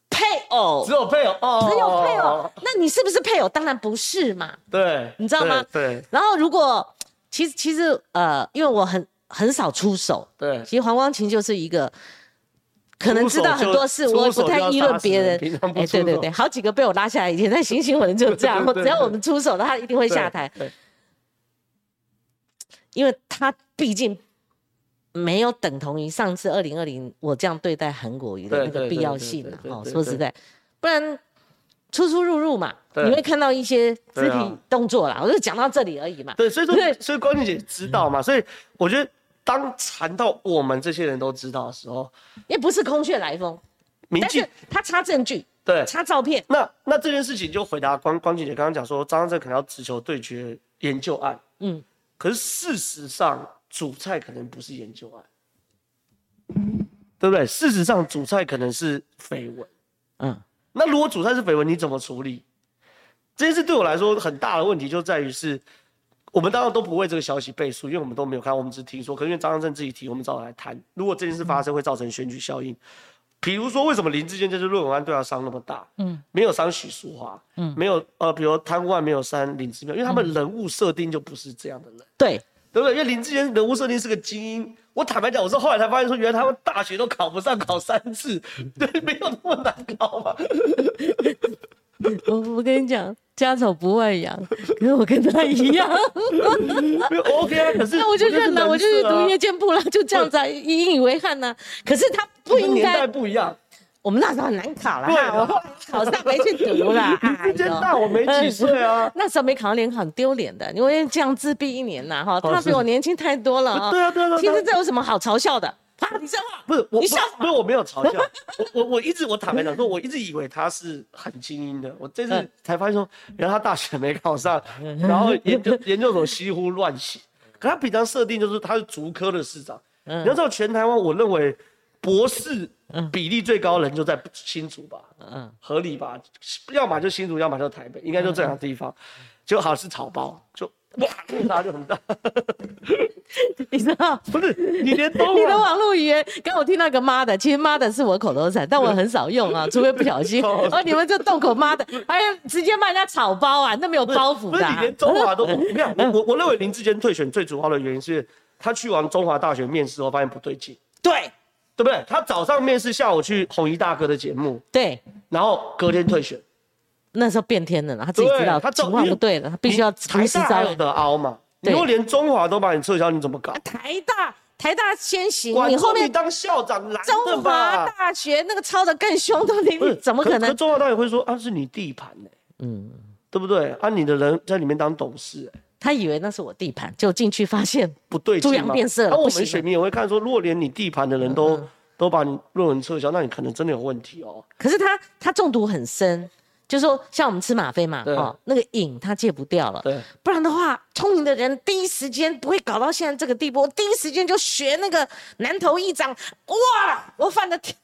Speaker 1: 配偶
Speaker 2: 只有配偶，哦，
Speaker 1: 只有配
Speaker 2: 哦
Speaker 1: 偶，，那你是不是配偶？当然不是嘛。
Speaker 2: 对，
Speaker 1: 你知道吗
Speaker 2: 对
Speaker 1: 然后如果其实其实呃，因为我很很少出手，
Speaker 2: 对，对
Speaker 1: 其实黄光琴就是一个。可能知道很多事，
Speaker 2: 出手就
Speaker 1: 我不太议论别人哎
Speaker 2: 出手就要杀死人平常。不
Speaker 1: 对
Speaker 2: 出
Speaker 1: 对
Speaker 2: 手
Speaker 1: 对，好几个被我拉下来，以前在行星人就这样
Speaker 2: 对对。对
Speaker 1: 只要我们出手了，他一定会下台。
Speaker 2: 对，
Speaker 1: 因为他毕竟没有等同于上次二零二零我这样对待韩国瑜的
Speaker 2: 对
Speaker 1: 那个
Speaker 2: 对
Speaker 1: 必
Speaker 2: 对
Speaker 1: 要
Speaker 2: 对
Speaker 1: 性啊
Speaker 2: 对对
Speaker 1: 哦，
Speaker 2: 对
Speaker 1: 说实在，不然出出入入嘛，
Speaker 2: 对
Speaker 1: 你会看到一些肢
Speaker 2: 对
Speaker 1: 体
Speaker 2: 啊
Speaker 1: 动作啦。我就讲到这里而已嘛。
Speaker 2: 对，所以
Speaker 1: 对
Speaker 2: 说，所以关键姐知道
Speaker 1: 嗯
Speaker 2: 嘛，所以我觉得当谈到我们这些人都知道的时候，
Speaker 1: 也不是空穴来风，
Speaker 2: 民
Speaker 1: 但
Speaker 2: 进
Speaker 1: 是他插证据，
Speaker 2: 对，
Speaker 1: 插照片，
Speaker 2: 那那这件事情就回答关关姐姐刚刚讲说，张善政可能要直球对决研究案，
Speaker 1: 嗯
Speaker 2: 嗯，可是事实上主菜可能不是研究案，对不对？事实上主菜可能是绯闻，
Speaker 1: 嗯，
Speaker 2: 那如果主菜是绯闻，你怎么处理？这件事对我来说很大的问题就在于是，我们当然都不为这个消息背书，因为我们都没有看，我们只是听说。可是因为张善政自己提，我们找来谈。如果这件事发生，会造成选举效应。比如说，为什么林志坚这次论文案对他伤那么大？
Speaker 1: 嗯
Speaker 2: 嗯，没有伤许淑华，嗯，没有呃，比如贪污案没有伤林志妙，因为他们人物设定就不是这样的人，
Speaker 1: 对，
Speaker 2: 对不对？因为林志坚人物设定是个精英。我坦白讲，我是后来才发现说，原来他们大学都考不上，考三次， 对，没有那么难考嘛。
Speaker 1: 我我跟你讲，家丑不外扬，可是我跟他一 样，
Speaker 2: 没有 OK 啊，可是啊
Speaker 1: 那我就认了，我就去读夜
Speaker 2: 业，
Speaker 1: 间部了，就这样子啊，引以为憾呢、可是他不
Speaker 2: 不应
Speaker 1: 应
Speaker 2: 年代
Speaker 1: 该，
Speaker 2: 不一样。
Speaker 1: 我们那时候很难考啦，
Speaker 2: 对
Speaker 1: 哈我后来考上没去读啦，
Speaker 2: 林
Speaker 1: 哎
Speaker 2: 志坚
Speaker 1: 呦。
Speaker 2: 大我没几岁啊
Speaker 1: 那时候没考上联考很丢脸的，因为这样自闭一年呐哈，
Speaker 2: 哦
Speaker 1: 他比
Speaker 2: 是
Speaker 1: 我年轻太多了啊。
Speaker 2: 对啊对啊对啊
Speaker 1: 其实这有什么好嘲笑的？啊，你这话
Speaker 2: 不是我，
Speaker 1: 你笑
Speaker 2: 不是我没有嘲 笑，我我我一直我坦白讲说，我一直以为他是很精英的，我这次
Speaker 1: 嗯
Speaker 2: 才发现说，原来他大学没考上，然后 研究研究所稀乎乱写，可他平常设定就是他是竹科的市长，
Speaker 1: 嗯
Speaker 2: 你要知道全台湾，我认为博士比例最高的人就在新竹吧，
Speaker 1: 嗯
Speaker 2: 合理吧？要么就新竹，要么就台北，应该就这两个地方，就好是草包，就哇落差就很大，
Speaker 1: 你知道。
Speaker 2: 不是你连 东
Speaker 1: 你的
Speaker 2: 莞
Speaker 1: 网络语言，刚我听到个妈的，其实妈的是我口头禅，但我很少用啊，除非不小心。
Speaker 2: 哦
Speaker 1: 哦，你们这动口妈的，哎呀，直接骂人家草包啊，那没有包袱
Speaker 2: 不
Speaker 1: 的
Speaker 2: 是
Speaker 1: 啊、
Speaker 2: 你连中 华都，我跟你看，我我我认为林志坚退选最主要的原因是他去完中华大学面试后发现不对劲，
Speaker 1: 对
Speaker 2: 对不对？他早上面试，下午去红衣大哥的节目，
Speaker 1: 对，
Speaker 2: 然后隔天退选，
Speaker 1: 那时候变天了，他自己知
Speaker 2: 对
Speaker 1: 道
Speaker 2: 他早
Speaker 1: 情况
Speaker 2: 因
Speaker 1: 不
Speaker 2: 为
Speaker 1: 对了，他必须要
Speaker 2: 台
Speaker 1: 随时
Speaker 2: 大
Speaker 1: 招
Speaker 2: 还有
Speaker 1: 人。
Speaker 2: 的凹嘛？你
Speaker 1: 对
Speaker 2: 如果连中华都把你撤销，你怎么搞？
Speaker 1: 台大台大先行，
Speaker 2: 管
Speaker 1: 你后
Speaker 2: 中
Speaker 1: 面
Speaker 2: 你当校长难的
Speaker 1: 中华
Speaker 2: 吧？
Speaker 1: 大学那个抄的更凶，到底
Speaker 2: 不是
Speaker 1: 你哎怎么可
Speaker 2: 可
Speaker 1: 能？
Speaker 2: 中华大学会说啊，是你地盘呢、
Speaker 1: 嗯，
Speaker 2: 对不对？啊，你的人在里面当董事、欸，
Speaker 1: 他以为那是我地盘，就进去发现
Speaker 2: 不对劲
Speaker 1: 猪
Speaker 2: 嘛。
Speaker 1: 羊变色了
Speaker 2: 那、我
Speaker 1: 不行
Speaker 2: 们
Speaker 1: 了嗯
Speaker 2: 选民也会看说，如果连你地盘的人都、都把你论文撤销，那你可能真的有问题哦。
Speaker 1: 可是他他中毒很深，就说像我们吃吗啡嘛，
Speaker 2: 对
Speaker 1: 哦，那个瘾他戒不掉了。
Speaker 2: 对，
Speaker 1: 不然的话，聪明的人第一时间不会搞到现在这个地步。我第一时间就学那个南头议长，哇，我犯的天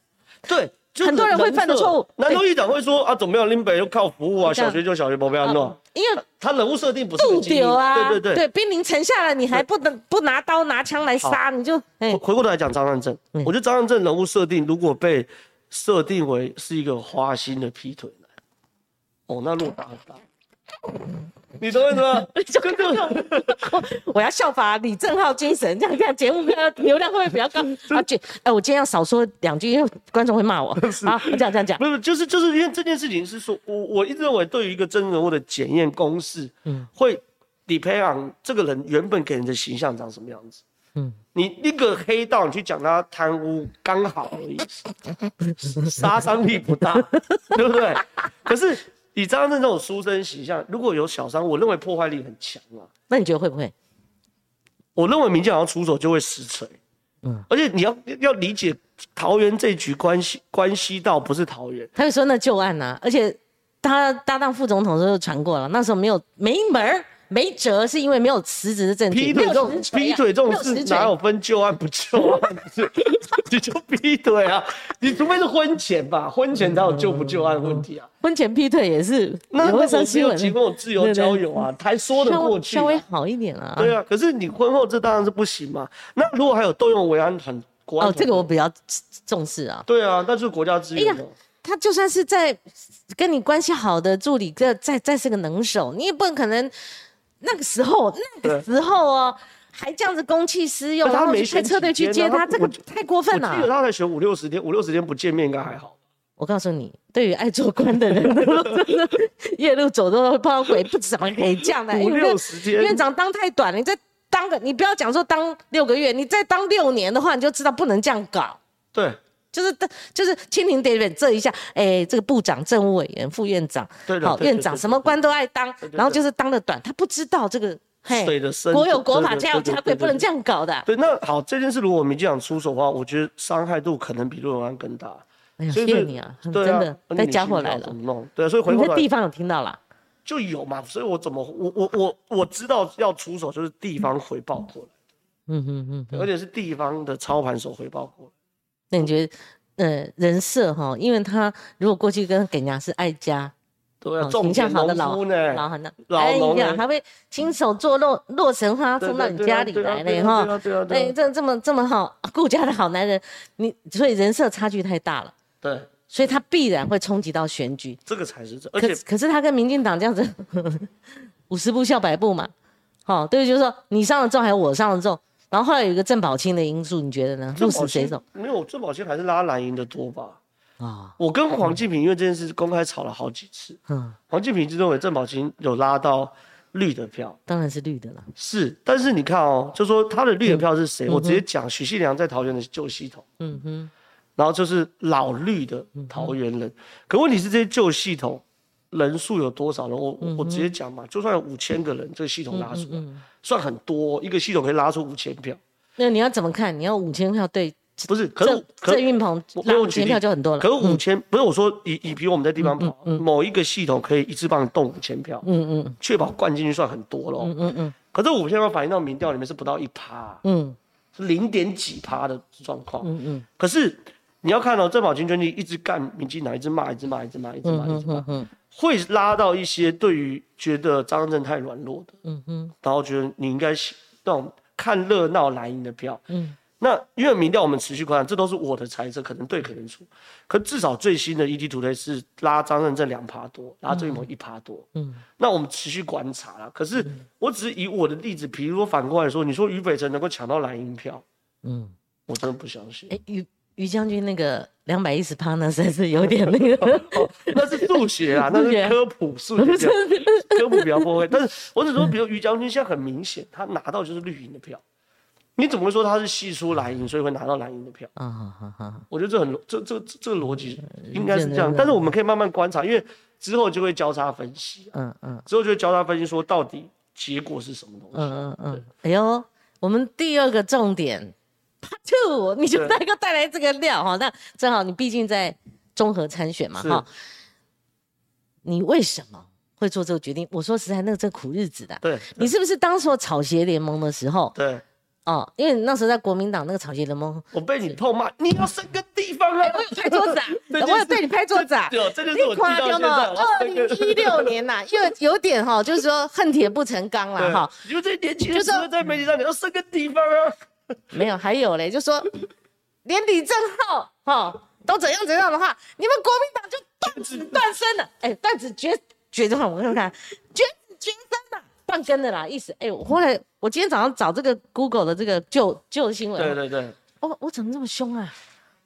Speaker 2: 对，就
Speaker 1: 很多人会犯的错误
Speaker 2: 南投议长会说啊，总没有林北就靠服务啊，
Speaker 1: 这样
Speaker 2: 小学就小学，不要弄。
Speaker 1: 因为
Speaker 2: 他人物设定不是个
Speaker 1: 度
Speaker 2: 精英
Speaker 1: 嗯丢啊，
Speaker 2: 对对对。
Speaker 1: 兵临城下了，你还不能不拿刀拿枪来杀，你就哎
Speaker 2: 回，回过头来讲张善政，我觉得张善政人物设定如果被设定为是一个花心的劈腿男，哦，那落差很大。你懂我意思吗？跟这个
Speaker 1: 我要效法李正浩精神，这样这样节目看流量会不会比较高？ 啊，姐，哎，我今天要少说两句，因为观众会骂我。啊，这样这样讲，
Speaker 2: 不是，就是就是因为这件事情是说，我我一直认为对于一个真人物的检验公式，嗯，会 depend on 这个人原本给人的形象长什么样子。
Speaker 1: 嗯
Speaker 2: 嗯，你一个黑道，你去讲他贪污刚好而已，杀伤力不大，对不对？可是以张正这种书生形象，如果有小伤，我认为破坏力很强啊。
Speaker 1: 那你觉得会不会？
Speaker 2: 我认为民进党出手就会实锤。嗯，而且你要要理解桃园这局关系关系到不是桃园，
Speaker 1: 他会说那旧案呐、而且他搭档副总统的时候就传过了，那时候没有没门儿没辙，是因为没有辞职的证据，
Speaker 2: 劈腿
Speaker 1: 没有
Speaker 2: 这种
Speaker 1: 实锤啊
Speaker 2: 劈腿这种
Speaker 1: 没有
Speaker 2: 事
Speaker 1: 实锤
Speaker 2: 哪有分旧案不旧案？是 你就劈腿啊！你除非是婚前吧，婚前才有旧不旧案问题啊。
Speaker 1: 婚前劈腿也是
Speaker 2: 那
Speaker 1: 也
Speaker 2: 那
Speaker 1: 会
Speaker 2: 我
Speaker 1: 上
Speaker 2: 只
Speaker 1: 新
Speaker 2: 有
Speaker 1: 闻
Speaker 2: 结
Speaker 1: 的，
Speaker 2: 婚有自由交友啊，才说得
Speaker 1: 稍
Speaker 2: 过
Speaker 1: 微
Speaker 2: 去啊
Speaker 1: 稍。微好一点啊。
Speaker 2: 对啊，可是你婚后这当然是不行嘛。那如果还有动用维安团国安
Speaker 1: 哦，
Speaker 2: 团
Speaker 1: 这个我比较重视啊。
Speaker 2: 对啊，那就是国家资源
Speaker 1: 哎
Speaker 2: 了
Speaker 1: 呀。他就算是在跟你关系好的助理，这再再是个能手，你也不可能那个时候那个时候哦，还这样子公器私用，
Speaker 2: 但他
Speaker 1: 然后
Speaker 2: 没
Speaker 1: 去派
Speaker 2: 选
Speaker 1: 车队
Speaker 2: 几
Speaker 1: 去
Speaker 2: 天
Speaker 1: 接
Speaker 2: 然后
Speaker 1: 他，这个
Speaker 2: 我就
Speaker 1: 太过分了
Speaker 2: 我记
Speaker 1: 啊
Speaker 2: 得。他才选五六十天，五六十天不见面应该还好。
Speaker 1: 我告诉你，对于爱做官的人，夜路走多了会碰到鬼，不止怎么可以这样的。
Speaker 2: 五
Speaker 1: 哎因为
Speaker 2: 六十天
Speaker 1: 院长当太短了，你再当个，你不要讲说当六个月，你再当六年的话，你就知道不能这样搞。
Speaker 2: 对
Speaker 1: 就是就是蜻蜓点水这一下，哎，这个部长、政务委员、副院长，
Speaker 2: 对的
Speaker 1: 好
Speaker 2: 对对
Speaker 1: 院长
Speaker 2: 对
Speaker 1: 什么官都爱当，
Speaker 2: 对
Speaker 1: 然后就是当的短，他不知道这个嘿
Speaker 2: 水的深
Speaker 1: 国有国法，
Speaker 2: 对对
Speaker 1: 家有
Speaker 2: 对对
Speaker 1: 家规，
Speaker 2: 对对
Speaker 1: 不能这样搞的。
Speaker 2: 对，那好，这件事如果民进党出手的话，我觉得伤害度可能比论文案更大。
Speaker 1: 哎呀，谢
Speaker 2: 所以
Speaker 1: 谢
Speaker 2: 是
Speaker 1: 你啊，真
Speaker 2: 对啊
Speaker 1: 的
Speaker 2: 那
Speaker 1: 带
Speaker 2: 你
Speaker 1: 家
Speaker 2: 心
Speaker 1: 伙
Speaker 2: 里
Speaker 1: 来
Speaker 2: 要
Speaker 1: 了
Speaker 2: 怎，么弄？对，啊所以回
Speaker 1: 你
Speaker 2: 过
Speaker 1: 在
Speaker 2: 头
Speaker 1: 地
Speaker 2: 来
Speaker 1: 方有听到啦。
Speaker 2: 就有嘛，所以我怎么我我我我知道要出手就是地方回报过来，
Speaker 1: 嗯嗯嗯，
Speaker 2: 对而且是地方的操盘手回报过来。
Speaker 1: 那你觉得？呃，人设哈，因为他如果过去跟给人家是爱家，
Speaker 2: 对啊，
Speaker 1: 哦
Speaker 2: 种
Speaker 1: 形象
Speaker 2: 田
Speaker 1: 好的
Speaker 2: 农
Speaker 1: 老
Speaker 2: 夫呢，
Speaker 1: 老很呢，
Speaker 2: 老
Speaker 1: 哎
Speaker 2: 农
Speaker 1: 呀，
Speaker 2: 呢
Speaker 1: 还会亲手做落洛神花
Speaker 2: 对
Speaker 1: 送到
Speaker 2: 对
Speaker 1: 你
Speaker 2: 对啊
Speaker 1: 家里
Speaker 2: 对啊
Speaker 1: 来
Speaker 2: 对
Speaker 1: 嘞
Speaker 2: 啊
Speaker 1: 哈
Speaker 2: 对啊，对啊对
Speaker 1: 哎，
Speaker 2: 啊
Speaker 1: 这这么这么好顾家的好男人，你所以人设差距太大了。
Speaker 2: 对，
Speaker 1: 所以他必然会冲击到选举。
Speaker 2: 这个才是这，而
Speaker 1: 可
Speaker 2: 且
Speaker 1: 可是他跟民进党这样子， 五十步笑百步嘛。好、对，就是说你上了重还有我上了重，然后后来有一个郑宝清的因素，你觉得呢？
Speaker 2: 郑
Speaker 1: 鹿
Speaker 2: 宝
Speaker 1: 死谁
Speaker 2: 清
Speaker 1: 手
Speaker 2: 没有郑宝清还是拉蓝营的多吧？
Speaker 1: 啊？
Speaker 2: 我跟黄继平因为这件事公开吵了好几次，
Speaker 1: 嗯，
Speaker 2: 黄继平就认为郑宝清有拉到绿的票，
Speaker 1: 当然是绿的了。
Speaker 2: 是，但是你看哦，就说他的绿的票是谁？我直接讲许信良在桃园的旧系统，
Speaker 1: 嗯哼，嗯
Speaker 2: 然后就是老绿的桃园人。可问题是这些旧系统人数有多少人？我
Speaker 1: 嗯
Speaker 2: 我我直接讲嘛，就算有五千个人，这个系统拉出来算很多哦，一个系统可以拉出五千票，
Speaker 1: 那你要怎么看？你要五千票对
Speaker 2: 不是？可是
Speaker 1: 郑
Speaker 2: 可
Speaker 1: 郑
Speaker 2: 是
Speaker 1: 运鹏
Speaker 2: 我
Speaker 1: 拉
Speaker 2: 我
Speaker 1: 五
Speaker 2: 举
Speaker 1: 千
Speaker 2: 例
Speaker 1: 票就很多了。
Speaker 2: 可是五千不是我说以以比如我们在地方跑，某一个系统可以一次帮你动五千票，
Speaker 1: 嗯嗯
Speaker 2: 确保灌进去算很多喽。
Speaker 1: 嗯嗯
Speaker 2: 可这五千票反映到民调里面是不到一趴，
Speaker 1: 嗯
Speaker 2: 是零点几趴的状况。
Speaker 1: 嗯嗯
Speaker 2: 可是你要看到、哦、郑宝清圈地一直干民进党，一直骂，一直骂，一直骂，一直骂，一直骂
Speaker 1: 嗯，嗯
Speaker 2: 会拉到一些对于觉得张震太软弱的，
Speaker 1: 嗯嗯
Speaker 2: 然后觉得你应该是那种看热闹蓝营的票。
Speaker 1: 嗯
Speaker 2: 那因为民调我们持续观察，这都是我的猜测，可能对，可能错。可至少最新的 ET 图类是拉张震这两趴多，拉郑云鹏一趴多。
Speaker 1: 嗯，
Speaker 2: 那我们持续观察啦。可是我只是以我的例子，比如说反过来说，你说于北辰能够抢到蓝营票，
Speaker 1: 嗯。
Speaker 2: 我真的不相信。
Speaker 1: 哎，于于将军那个两百一十趴呢，实在是有点那个
Speaker 2: 哦， 那是数学啊，那
Speaker 1: 数学
Speaker 2: 是科普数 学这样，科普比较不会。但是我只说，比如于将军现在很明显，他拿到就是绿营的票，你怎么会说他是系出蓝营，所以会拿到蓝营的票？
Speaker 1: 啊，好好好，
Speaker 2: 我觉得这很这这这这个逻辑应该是这
Speaker 1: 认
Speaker 2: 样
Speaker 1: 真，的
Speaker 2: 但是我们可以慢慢观察，因为之后就会交叉分析啊，
Speaker 1: 嗯嗯
Speaker 2: 之后就会交叉分析说到底结果是什么东西。
Speaker 1: 嗯嗯嗯，哎呦，我们第二个重点 Part Two，你就
Speaker 2: 对
Speaker 1: 带个带来这个料哈，那正好你毕竟在综合参选嘛
Speaker 2: 是
Speaker 1: 哈，你为什么会做这个决定？我说实在，那个真苦日子的啊。
Speaker 2: 对
Speaker 1: 你是不是当时我草协联盟的时候
Speaker 2: 对，
Speaker 1: 哦？因为你那时候在国民党那个草协联 盟，
Speaker 2: 我被你痛骂，你要升个地方啊！
Speaker 1: 我有拍桌子啊
Speaker 2: ，这件事
Speaker 1: 我有对你拍桌子啊。
Speaker 2: 对，这就是我
Speaker 1: 你
Speaker 2: 记到
Speaker 1: 夸
Speaker 2: 现
Speaker 1: 张
Speaker 2: 在，
Speaker 1: 了，二
Speaker 2: 我
Speaker 1: 零
Speaker 2: 要升
Speaker 1: 一
Speaker 2: 个。
Speaker 1: 六年呐、又有点哈，就是说恨铁不成钢了
Speaker 2: 对
Speaker 1: 哈。，
Speaker 2: 你们这些年轻人
Speaker 1: 就
Speaker 2: 只
Speaker 1: 是
Speaker 2: 会在媒体上你要升个地方啊！
Speaker 1: 没有，还有嘞，就说连李正浩哈都怎样怎样的话，你们国民党就断子断生了，哎，断子绝绝的话，我看看绝子绝孙呐，断根的啦，意思哎，我后来我今天早上找这个 Google 的这个旧旧新闻，
Speaker 2: 对对对，
Speaker 1: 哦，我怎么这么凶啊？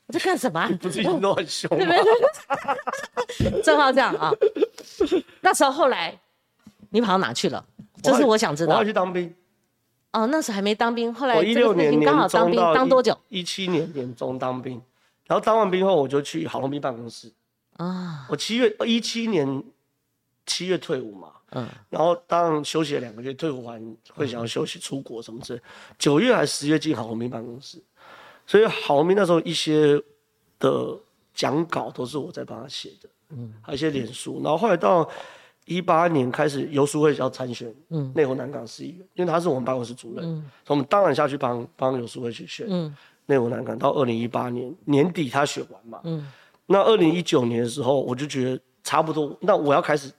Speaker 1: 我在干什么、啊？
Speaker 2: 不是一直都很凶吗
Speaker 1: 对？不对？ 正好这样啊。那时候后来你跑到哪去了？这是我想知
Speaker 2: 我
Speaker 1: 道
Speaker 2: 要。去当兵，
Speaker 1: 哦，那时候还没当兵，后来
Speaker 2: 我
Speaker 1: 这
Speaker 2: 一
Speaker 1: 个
Speaker 2: 六
Speaker 1: 事
Speaker 2: 年
Speaker 1: 情
Speaker 2: 年
Speaker 1: 刚好当
Speaker 2: 中
Speaker 1: 兵，
Speaker 2: 到
Speaker 1: 当多久？
Speaker 2: 一七年年中当兵，然后当完兵后我就去郝龙斌办公室。
Speaker 1: 啊，
Speaker 2: 我七月一七年七月退伍嘛，
Speaker 1: 嗯
Speaker 2: 然后当然休息了两个月，退伍完会想要休息出国什么之类。九月还是十月进郝龙斌办公室，所以郝龙斌那时候一些的讲稿都是我在帮他写的，嗯，还有一些脸书。然后后来到一八年开始，游淑慧要参选
Speaker 1: 嗯
Speaker 2: 内湖南港市议员，因为他是我们办公室主任，
Speaker 1: 嗯
Speaker 2: 所以我们当然下去帮帮游淑慧去选
Speaker 1: 嗯
Speaker 2: 内湖南港。到二零一八年年底他选完嘛，
Speaker 1: 嗯
Speaker 2: 那二零一九年的时候，我就觉得差不多，那我要开始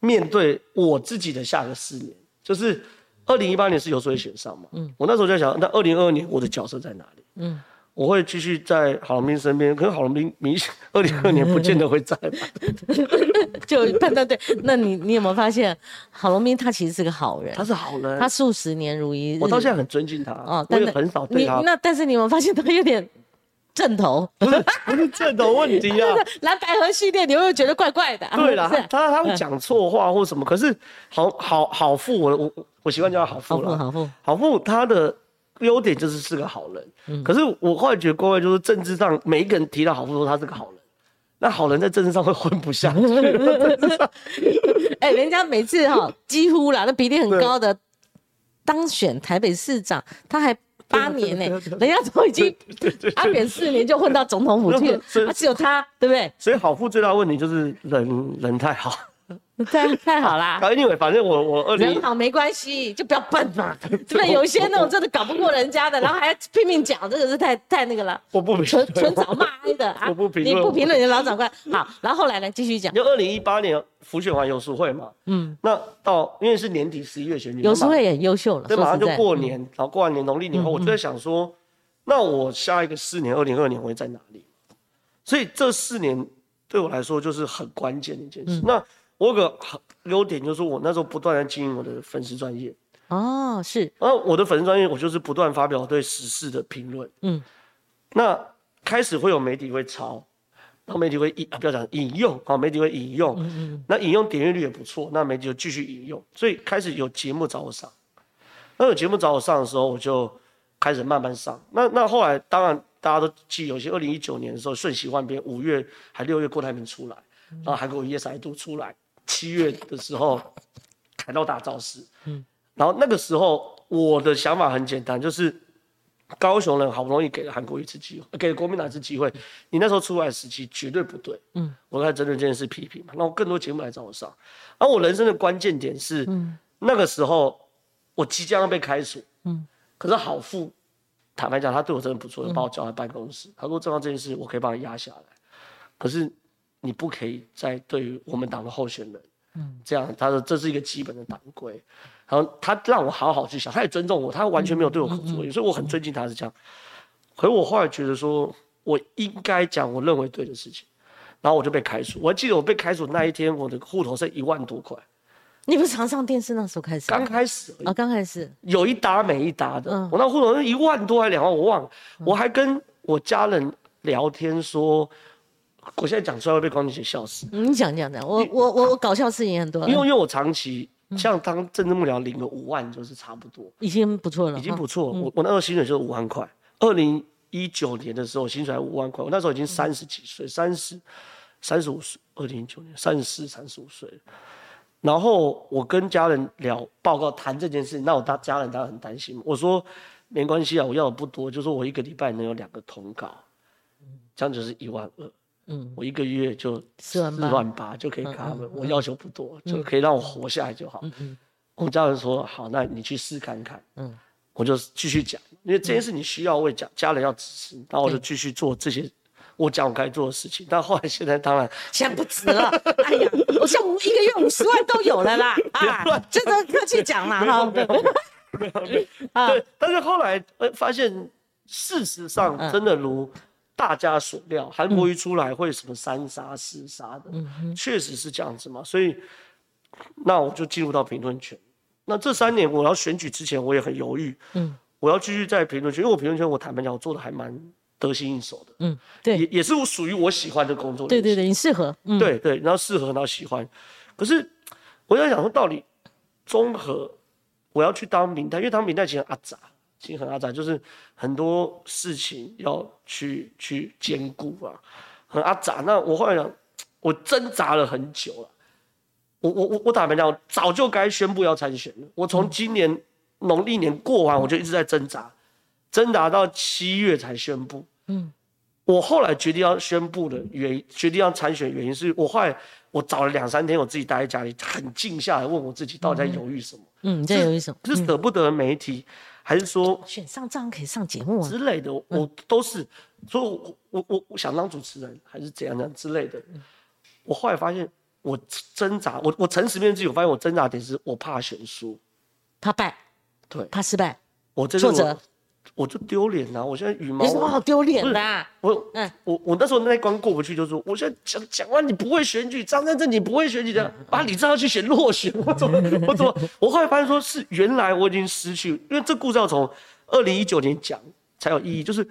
Speaker 2: 面对我自己的下个四年，就是二零一八年是游说选上嘛，我那时候就在想，那二零二二年我的角色在哪里？
Speaker 1: 嗯
Speaker 2: 我会继续在郝龙斌身边，可是郝龙斌明显二零二年不见得会 在吧？
Speaker 1: 就判断对。那你你有没有发现，郝龙斌他其实是个好人
Speaker 2: 他，是好人
Speaker 1: 他，数十年如一日。
Speaker 2: 我到现在很尊敬他，我也很少对
Speaker 1: 你
Speaker 2: 他
Speaker 1: 嗯哦那但是你有没有发现他有点正头？
Speaker 2: 不是不是这种问题啊。
Speaker 1: 蓝白河系列，你会不会觉得怪怪的啊？
Speaker 2: 对 啦，
Speaker 1: 是
Speaker 2: 他他他会讲错话或什么，可是好好好富，我我我我习惯叫他好
Speaker 1: 好
Speaker 2: 富
Speaker 1: 富
Speaker 2: 了。
Speaker 1: 好富，
Speaker 2: 好富他的优点就是是个好人，
Speaker 1: 嗯
Speaker 2: 可是我后来觉得国外就是政治上每一个人提到好富说他是个好人，那好人在政治上会混 不下去，
Speaker 1: 哎、人家每次哈、几乎啦，那比例很高的当选台北市长，他还八年呢、人家都已经阿扁四年就混到总统府去 了
Speaker 2: 是，
Speaker 1: 他只有他，对不 对？
Speaker 2: 所以好富最大的问题就是人人太好。
Speaker 1: 太太好啦，
Speaker 2: 啊，因为反正我我二零
Speaker 1: 人好没关系，就不要笨 嘛。那有一些那种真的搞不过人家的，然后还拼命讲，这个是太太那个了，
Speaker 2: 我不评
Speaker 1: 纯纯
Speaker 2: 论，
Speaker 1: 找骂挨的啊！
Speaker 2: 我不评论
Speaker 1: 你不评论你的老长官好，然后后来呢继续讲，
Speaker 2: 就二零一八年浮选完游淑会嘛，嗯，那到因为是年底十一月选举，
Speaker 1: 有时
Speaker 2: 那
Speaker 1: 候
Speaker 2: 马
Speaker 1: 也很优秀了，
Speaker 2: 对，
Speaker 1: 说
Speaker 2: 马上
Speaker 1: 实
Speaker 2: 就
Speaker 1: 在嗯
Speaker 2: 过年，然后过完年农历年后，我就在想说，那我下一个四年，二零二年我会在哪里？所以这四年对我来说就是很关键的一件事。
Speaker 1: 嗯
Speaker 2: 那我有个很优点就是我那时候不断的经营我的粉丝专业，
Speaker 1: 哦，是
Speaker 2: 然后我的粉丝专业我就是不断发表对时事的评论。
Speaker 1: 嗯，
Speaker 2: 那开始会有媒体会抄，然后媒体会引，啊不要讲引用，好，媒体会引用，那引用点阅率也不错，那媒体就继续引用，所以开始有节目找我上。那有节目找我上的时候，我就开始慢慢上。那那后来当然大家都记，有些二零一九年的时候瞬息万变，五月还六月郭台铭出来，然后韩国 yes I do 出来，七月的时候海盗大造势，然后那个时候我的想法很简单，就是高雄人好不容易给了韩国瑜一次机会，呃给了国民党一次机会，你那时候出来的时期绝对不对。嗯，我看针对这件事批评嘛，然后更多节目来找我上。而我人生的关键点是，那个时候我即将要被开除。嗯，可是好富，坦白讲，他对我真的不错，把我叫来办公室，他说正好这件事我可以帮你压下来，可是你不可以再对于我们党的候选人。这样，他说这是一个基本的党规，然后他让我好好去想，他也尊重我，他完全没有对我口出恶言，所以我很尊敬他是这样。可是我后来觉得说，我应该讲我认为对的事情，然后我就被开除。我还记得我被开除那一天，我的户头剩一万多块，
Speaker 1: 你不是常上电视那时候开始
Speaker 2: 刚
Speaker 1: 啊？
Speaker 2: 开始而已
Speaker 1: 哦，刚开始，
Speaker 2: 有一搭没一搭的。我那户头一万多还两万，我忘了。我还跟我家人聊天说，我现在讲出来会被光姐笑死。
Speaker 1: 你讲讲讲，我我我我搞笑事情也很多，
Speaker 2: 因为因为我长期像当政治幕僚领个五万就是差不多，
Speaker 1: 已经不错了，哦
Speaker 2: 已经不错。我我那时候薪水就是五万块，二零一九年的时候薪水还五万块，我那时候已经三十几岁，三十三十五岁，二零一九年三十四、三十五岁了。然后我跟家人聊报告谈这件事，那我大家人当然很担心。我说没关系啊，我要的不多，就说我一个礼拜能有两个通告，这样就是一万二。嗯，我一个月就
Speaker 1: 四万八
Speaker 2: 八嗯就可以 cover，、我要求不多，就可以让我活下来就好。我们家人说好，那你去试看看。嗯，我就继续讲，因为这件事你需要为讲，家人要支持，然后我就继续做这些。我讲我该做的事情，但后来现在当然
Speaker 1: 现在不值了。哎 呀，我像五一个月五十万都有了啦，啊，这都客气讲啦哈。啊
Speaker 2: 对，但是后来呃发现，事实上
Speaker 1: 嗯
Speaker 2: 真的如大家所料，韩国瑜出来会什么三杀四杀的，
Speaker 1: 嗯
Speaker 2: 确实是这样子嘛。所以，那我就进入到评论圈。那这三年我要选举之前，我也很犹豫，嗯，我要继续在评论圈，因为我评论圈我坦白讲，我做的还蛮得心应手的，
Speaker 1: 嗯，对
Speaker 2: 也也是我属于我喜欢的工作
Speaker 1: 对
Speaker 2: 类型。
Speaker 1: 对对，你适合，嗯，
Speaker 2: 对对，然后适合，然后喜欢。可是我在想说，到底综合我要去当明代，因为当明代其实很阿杂，其实很阿杂，就是很多事情要去去兼顾啊，很阿杂。那我后来想，我挣扎了很久了。我我我我坦白讲，早就该宣布要参选了。我从今年农历年过完，我就一直在挣扎，挣扎到七月才宣布。我后来决定要宣布的原因，决定要参选的原因是我后来我找了两三天，我自己待在家里，很静下来问我自己到底在犹豫什么，
Speaker 1: 嗯，这有一种
Speaker 2: 是舍不得媒体，还是说
Speaker 1: 选上这样可以上节目啊，
Speaker 2: 之类的，我都是，所以我我我我想当主持人，还是怎样怎样之类的。
Speaker 1: 嗯
Speaker 2: 我后来发现，我挣扎，我我诚实面对自己，我发现我挣扎的点是我怕选输，
Speaker 1: 怕败，
Speaker 2: 对
Speaker 1: 怕失败，
Speaker 2: 我这个
Speaker 1: 挫折
Speaker 2: 我我就丢脸啊！我现在羽毛
Speaker 1: 有什么好丢脸的啊？
Speaker 2: 我
Speaker 1: 嗯
Speaker 2: 我我那时候那一关过不去，就说我现在讲讲完你不会选举，张三正你不会选举的，把李正浩去选落选，我怎么我怎么？我后来发现说是原来我已经失去，因为这故事要从二零一九年讲才有意义，就是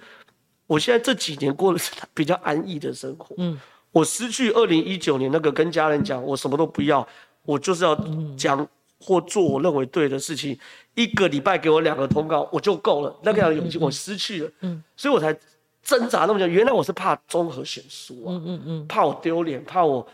Speaker 2: 我现在这几年过的是比较安逸的生活，嗯，我失去二零一九年那个跟家人讲我什么都不要，我就是要讲或做我认为对的事情，一个礼拜给我两个通告我就够了，那个样的勇气我失去了，嗯，所以我才挣扎那么久。原来我是怕综合选输啊，嗯嗯，怕我丢脸，怕我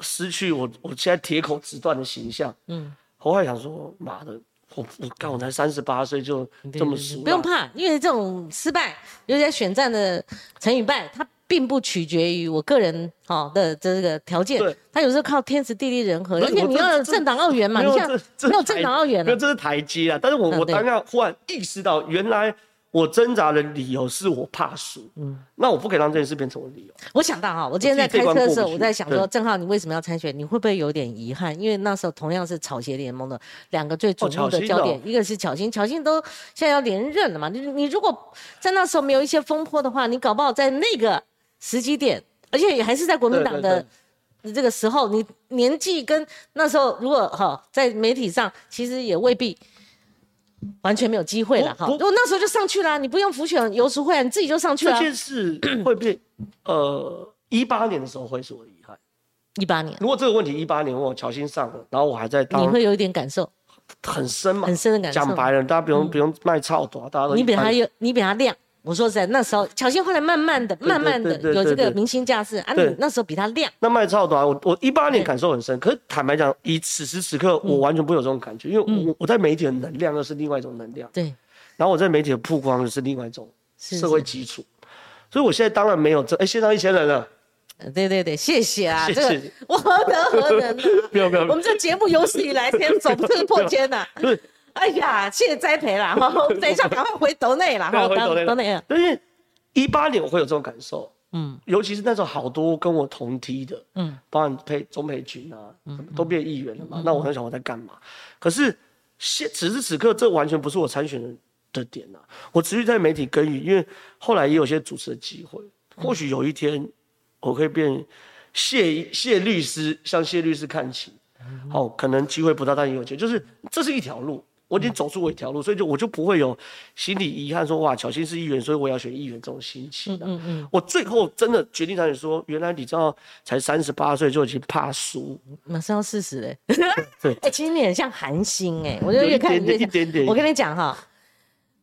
Speaker 2: 失去我我现在铁口直断的形象，嗯，我后来想说，妈的，我我干我才三十八岁就这么输、啊，
Speaker 1: 不用怕，因为这种失败，尤其在选战的成与败，它并不取决于我个人好的这个条件
Speaker 2: 对，
Speaker 1: 它有时候靠天时地利人和，
Speaker 2: 不
Speaker 1: 而
Speaker 2: 是
Speaker 1: 且
Speaker 2: 我
Speaker 1: 你
Speaker 2: 这
Speaker 1: 要有
Speaker 2: 这
Speaker 1: 政党澳元嘛，
Speaker 2: 没
Speaker 1: 你
Speaker 2: 有
Speaker 1: 像
Speaker 2: 这
Speaker 1: 没有
Speaker 2: 这是
Speaker 1: 政
Speaker 2: 台
Speaker 1: 党澳元
Speaker 2: 没有
Speaker 1: 了，
Speaker 2: 这是台阶啊。但是我、
Speaker 1: 嗯
Speaker 2: 我
Speaker 1: 对
Speaker 2: 当下忽然意识到，原来我挣扎的理由是我怕输，嗯，那我不可以让这件事变成我的理由。
Speaker 1: 我想到哈，我今天在
Speaker 2: 我
Speaker 1: 开
Speaker 2: 自己这关
Speaker 1: 车的时
Speaker 2: 过
Speaker 1: 候，
Speaker 2: 不
Speaker 1: 我
Speaker 2: 去
Speaker 1: 在想说，
Speaker 2: 对
Speaker 1: 郑浩，你为什么要参选？你会不会有点遗憾？因为那时候同样是草鞋联盟的两个最瞩目
Speaker 2: 巧
Speaker 1: 的
Speaker 2: 芯
Speaker 1: 焦
Speaker 2: 哦
Speaker 1: 点，一个是巧芯，巧芯都现在要连任了嘛。你你如果在那时候没有一些风波的话，你搞不好在那个时机点。而且也还是在国民
Speaker 2: 对
Speaker 1: 党
Speaker 2: 对
Speaker 1: 的这个时候，你年纪跟那时候如果哈在媒体上，其实也未必完全没有机会了哈。
Speaker 2: 不不
Speaker 1: 如果那时候就上去了，啊你不用浮选游淑慧啊，你自己就上去
Speaker 2: 这
Speaker 1: 了。
Speaker 2: 件事会被呃一八年的时候会是我的遗憾。
Speaker 1: 一八年，
Speaker 2: 如果这个问题一八年我有乔欣上了，然后我还在
Speaker 1: 你
Speaker 2: 当，
Speaker 1: 会有一点感受，
Speaker 2: 很深嘛，
Speaker 1: 很深的感受嗯
Speaker 2: 讲白了，大家不用不用卖操多，大家都
Speaker 1: 你比
Speaker 2: 一般
Speaker 1: 他有，你比他亮。我说实在，那时候乔欣后来慢慢的、慢慢的
Speaker 2: 对对
Speaker 1: 有这
Speaker 2: 对
Speaker 1: 个
Speaker 2: 对
Speaker 1: 明星架势啊，
Speaker 2: 对
Speaker 1: 你那时候比他亮。
Speaker 2: 那卖超短，我我一八年感受很深，可是坦白讲，以此时
Speaker 1: 嗯
Speaker 2: 此刻，我完全不会有这种感觉，因为我我在媒体的能量又是另外一种能量，
Speaker 1: 对，
Speaker 2: 然后我在媒体的曝光又是另外一种
Speaker 1: 是
Speaker 2: 社会
Speaker 1: 是
Speaker 2: 基础，所以我现在当然没有这，哎，线上一千人了，
Speaker 1: 呃对对对，谢谢啊，
Speaker 2: 谢
Speaker 1: 这个
Speaker 2: 谢
Speaker 1: 我何德何能啊？
Speaker 2: 没有没有
Speaker 1: 我们这节目有史以来先走不是破千 呐、
Speaker 2: 不是
Speaker 1: 哎呀，谢谢栽培 啦，哈，等一下赶快回斗内啦，哈，
Speaker 2: 回头
Speaker 1: 斗内呃了，
Speaker 2: 但是一八年我会有这种感受，
Speaker 1: 嗯
Speaker 2: 尤其是那时候好多跟我同梯的，
Speaker 1: 嗯，
Speaker 2: 包含裴钟培群啊，都变议员了嘛。那我很想我在干嘛？可是现此时此刻，这完全不是我参选的的点啊！我持续在媒体耕耘，因为后来也有些主持的机会，
Speaker 1: 嗯
Speaker 2: 或许有一天我可以变谢谢律师，向谢律师看齐。哦，可能机会不大，但也有钱，就是这是一条路。我已经走出我一条路，所以就我就不会有心理遗憾说哇，巧心是议员，所以我要选议员这种心情、啊。
Speaker 1: 嗯嗯，
Speaker 2: 我最后真的决定参选，说原来你知道才三十八岁就已经怕输，
Speaker 1: 马上要四十嘞，
Speaker 2: 对
Speaker 1: 哎，其实你很像韩星哎、我就
Speaker 2: 有一
Speaker 1: 越看
Speaker 2: 点
Speaker 1: 你越
Speaker 2: 点
Speaker 1: 像
Speaker 2: 一点点
Speaker 1: 我跟你讲哈，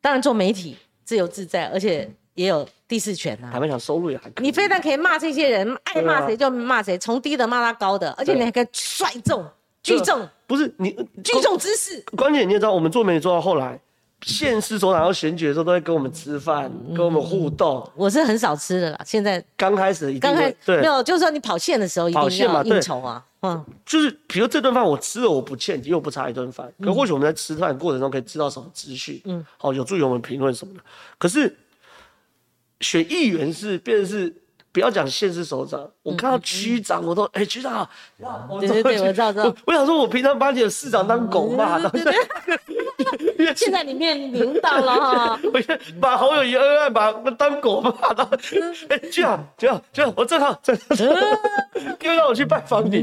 Speaker 1: 当然做媒体自由自在，而且也有第四权啊
Speaker 2: 坦。白讲收入也还可以。
Speaker 1: 你非但可以骂这些人，爱骂谁就
Speaker 2: 啊
Speaker 1: 骂谁，从低的骂到高的，而且你还可以率众、
Speaker 2: 啊
Speaker 1: 聚众、
Speaker 2: 不是你
Speaker 1: 聚众之势。
Speaker 2: 关键你也知道，我们做媒体做到后来，县市首长要选举的时候，都会跟我们吃饭，
Speaker 1: 嗯
Speaker 2: 跟我们互动。
Speaker 1: 我是很少吃的啦，现在
Speaker 2: 刚开始一定
Speaker 1: 刚
Speaker 2: 会
Speaker 1: 开没
Speaker 2: 对，
Speaker 1: 有，就是说你跑线的时候一
Speaker 2: 跑
Speaker 1: 定
Speaker 2: 线
Speaker 1: 要
Speaker 2: 嘛对
Speaker 1: 应酬啊，嗯，
Speaker 2: 就是比如这顿饭我吃了我不欠，你，又不差一顿饭。
Speaker 1: 嗯
Speaker 2: 可或许我们在吃饭的过程中可以知道什么资讯，嗯，好、有助于我们评论什么的。可是选议员是，变成是不要讲县市首长，我看到区长我都，哎、区长好，你好我们
Speaker 1: 嗯对对对
Speaker 2: 走过去
Speaker 1: 我知道知道嗯
Speaker 2: 我我想说，我平常把你的市长当狗骂，然后现在 越
Speaker 1: 现在你面临到了哈，
Speaker 2: 我现在把侯友谊恩爱把当狗骂到，
Speaker 1: 嗯
Speaker 2: 哎，这样这样这样，我正好正好，
Speaker 1: 嗯
Speaker 2: 又让我去拜访你，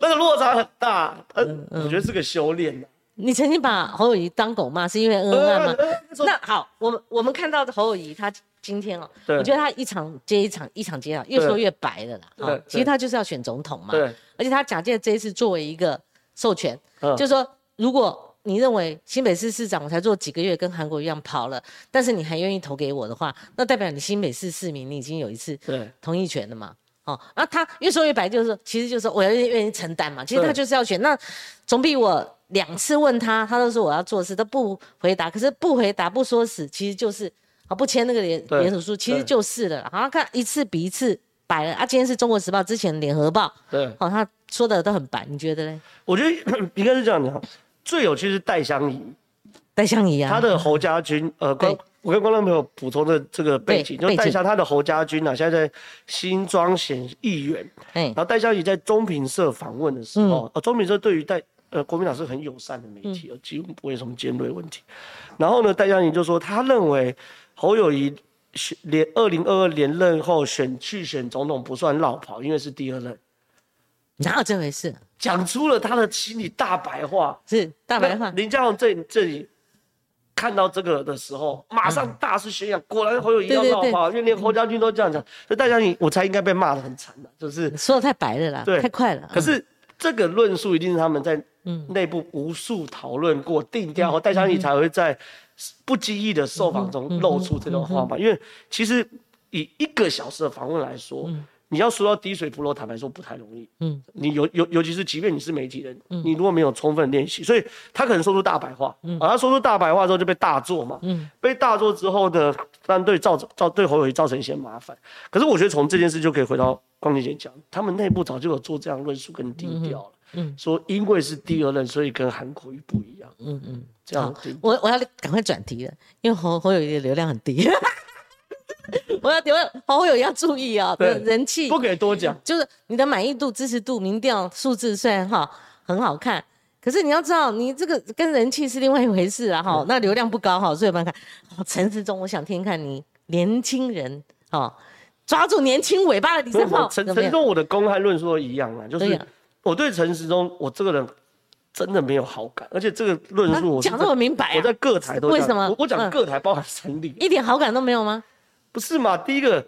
Speaker 2: 那个落差很大，呃，
Speaker 1: 嗯
Speaker 2: 我觉得是个修炼啊呐。
Speaker 1: 你曾经把侯友谊当狗骂，是因为恩恩爱吗？
Speaker 2: 呃
Speaker 1: 嗯
Speaker 2: 说
Speaker 1: 那好，我们我们看到的侯友谊他今天哦，
Speaker 2: 对
Speaker 1: 我觉得他一场接一场，一场接一场，越说越白了啦。
Speaker 2: 对
Speaker 1: 哦
Speaker 2: 对
Speaker 1: 其实他就是要选总统嘛，
Speaker 2: 对
Speaker 1: 而且他假借这一次作为一个授权，
Speaker 2: 嗯
Speaker 1: 就是说如果。你认为新北市市长我才做几个月，跟韩国一样跑了，但是你还愿意投给我的话，那代表你新北市市民你已经有一次
Speaker 2: 对
Speaker 1: 同意权的嘛。哦，那他越说越白，就是说，其实就是说我要愿意承担嘛。其实他
Speaker 2: 对
Speaker 1: 就是要选，那总比我两次问他，他都说我要做事，都不回答。可是不回答不说死，其实就是啊不签那个联
Speaker 2: 对
Speaker 1: 联署书，其实
Speaker 2: 对
Speaker 1: 就是了啦。好像看一次比一次白了啊。今天是中国时报之前联合报，
Speaker 2: 对，
Speaker 1: 哦，他说的都很白，你觉得嘞？
Speaker 2: 我觉得 应该是这样讲，最有趣是戴相宜，
Speaker 1: 戴相宜啊，
Speaker 2: 他的侯家军，呃，观
Speaker 1: 对
Speaker 2: 我跟观众朋友补充的这个背景，
Speaker 1: 对
Speaker 2: 就
Speaker 1: 背
Speaker 2: 戴
Speaker 1: 景
Speaker 2: 相他的侯家军啊，现在在新庄县议员，
Speaker 1: 哎
Speaker 2: 然后戴相仪在中评社访问的时
Speaker 1: 嗯
Speaker 2: 候，呃，中评社对于戴呃国民党是很友善的媒体，呃几乎不会有什么尖锐问题。然后呢，戴相仪就说，他认为侯友谊选连二零二二连任后选去选总统不算绕跑，因为是第二任，
Speaker 1: 哪有这回事？
Speaker 2: 讲出了他的心里大白话。
Speaker 1: 是大白话
Speaker 2: 那，林佳龙这这里看到这个的时候，马上大肆宣扬，果然侯友谊要
Speaker 1: 对对
Speaker 2: 绕跑，因为连侯家军都这样讲，所以戴相仪我猜应该被骂得很惨的，就是
Speaker 1: 说的太白了啦，
Speaker 2: 对
Speaker 1: 太快了。
Speaker 2: 可是这个论述一定是他们在
Speaker 1: 嗯
Speaker 2: 内部无数讨论过、定调后，戴相仪才会在不经意的受访
Speaker 1: 嗯
Speaker 2: 中露出这个话嘛。因为其实以一个小时的访问来说，你要说到滴水不漏，坦白说不太容易。
Speaker 1: 嗯
Speaker 2: 嗯，你尤尤尤其是即便你是媒体人，你如果没有充分练习，所以他可能说出大白话，而他说出大白话之后就被大做嘛。
Speaker 1: 嗯
Speaker 2: 被大做之后呢，当然对造造对侯友谊造成一些麻烦。可是我觉得从这件事就可以回到光姐姐讲，他们内部早就有做这样论述跟低调了，
Speaker 1: 嗯
Speaker 2: 说因为是第二任，所以跟韩国瑜不一样，
Speaker 1: 嗯嗯。
Speaker 2: 这样对
Speaker 1: 我我要赶快转题了，因为侯侯友谊的流量很低。我要点问侯友谊要注意啊、
Speaker 2: 对
Speaker 1: 人气
Speaker 2: 不可以多讲。
Speaker 1: 就是你的满意度、支持度、民调数字虽然哈很好看，可是你要知道，你这个跟人气是另外一回事啊哈。那流量不高哈，所以蛮看。哦陈时中，我想听听看你年轻人哦，抓住年轻尾巴的李
Speaker 2: 所以
Speaker 1: 正
Speaker 2: 我
Speaker 1: 浩，
Speaker 2: 陈
Speaker 1: 怎么
Speaker 2: 陈
Speaker 1: 样？
Speaker 2: 忠，我的公开论述一样啊，就
Speaker 1: 对
Speaker 2: 是
Speaker 1: 呀
Speaker 2: 我对陈时中，我这个人真的没有好感，而且这个论述我
Speaker 1: 啊
Speaker 2: 是
Speaker 1: 讲
Speaker 2: 在
Speaker 1: 那么明白啊
Speaker 2: 我在各台都
Speaker 1: 为
Speaker 2: 讲
Speaker 1: 什么
Speaker 2: 我我讲
Speaker 1: 嗯
Speaker 2: 各台包含三立，
Speaker 1: 一点好感都没有吗？
Speaker 2: 不是嘛？第一个，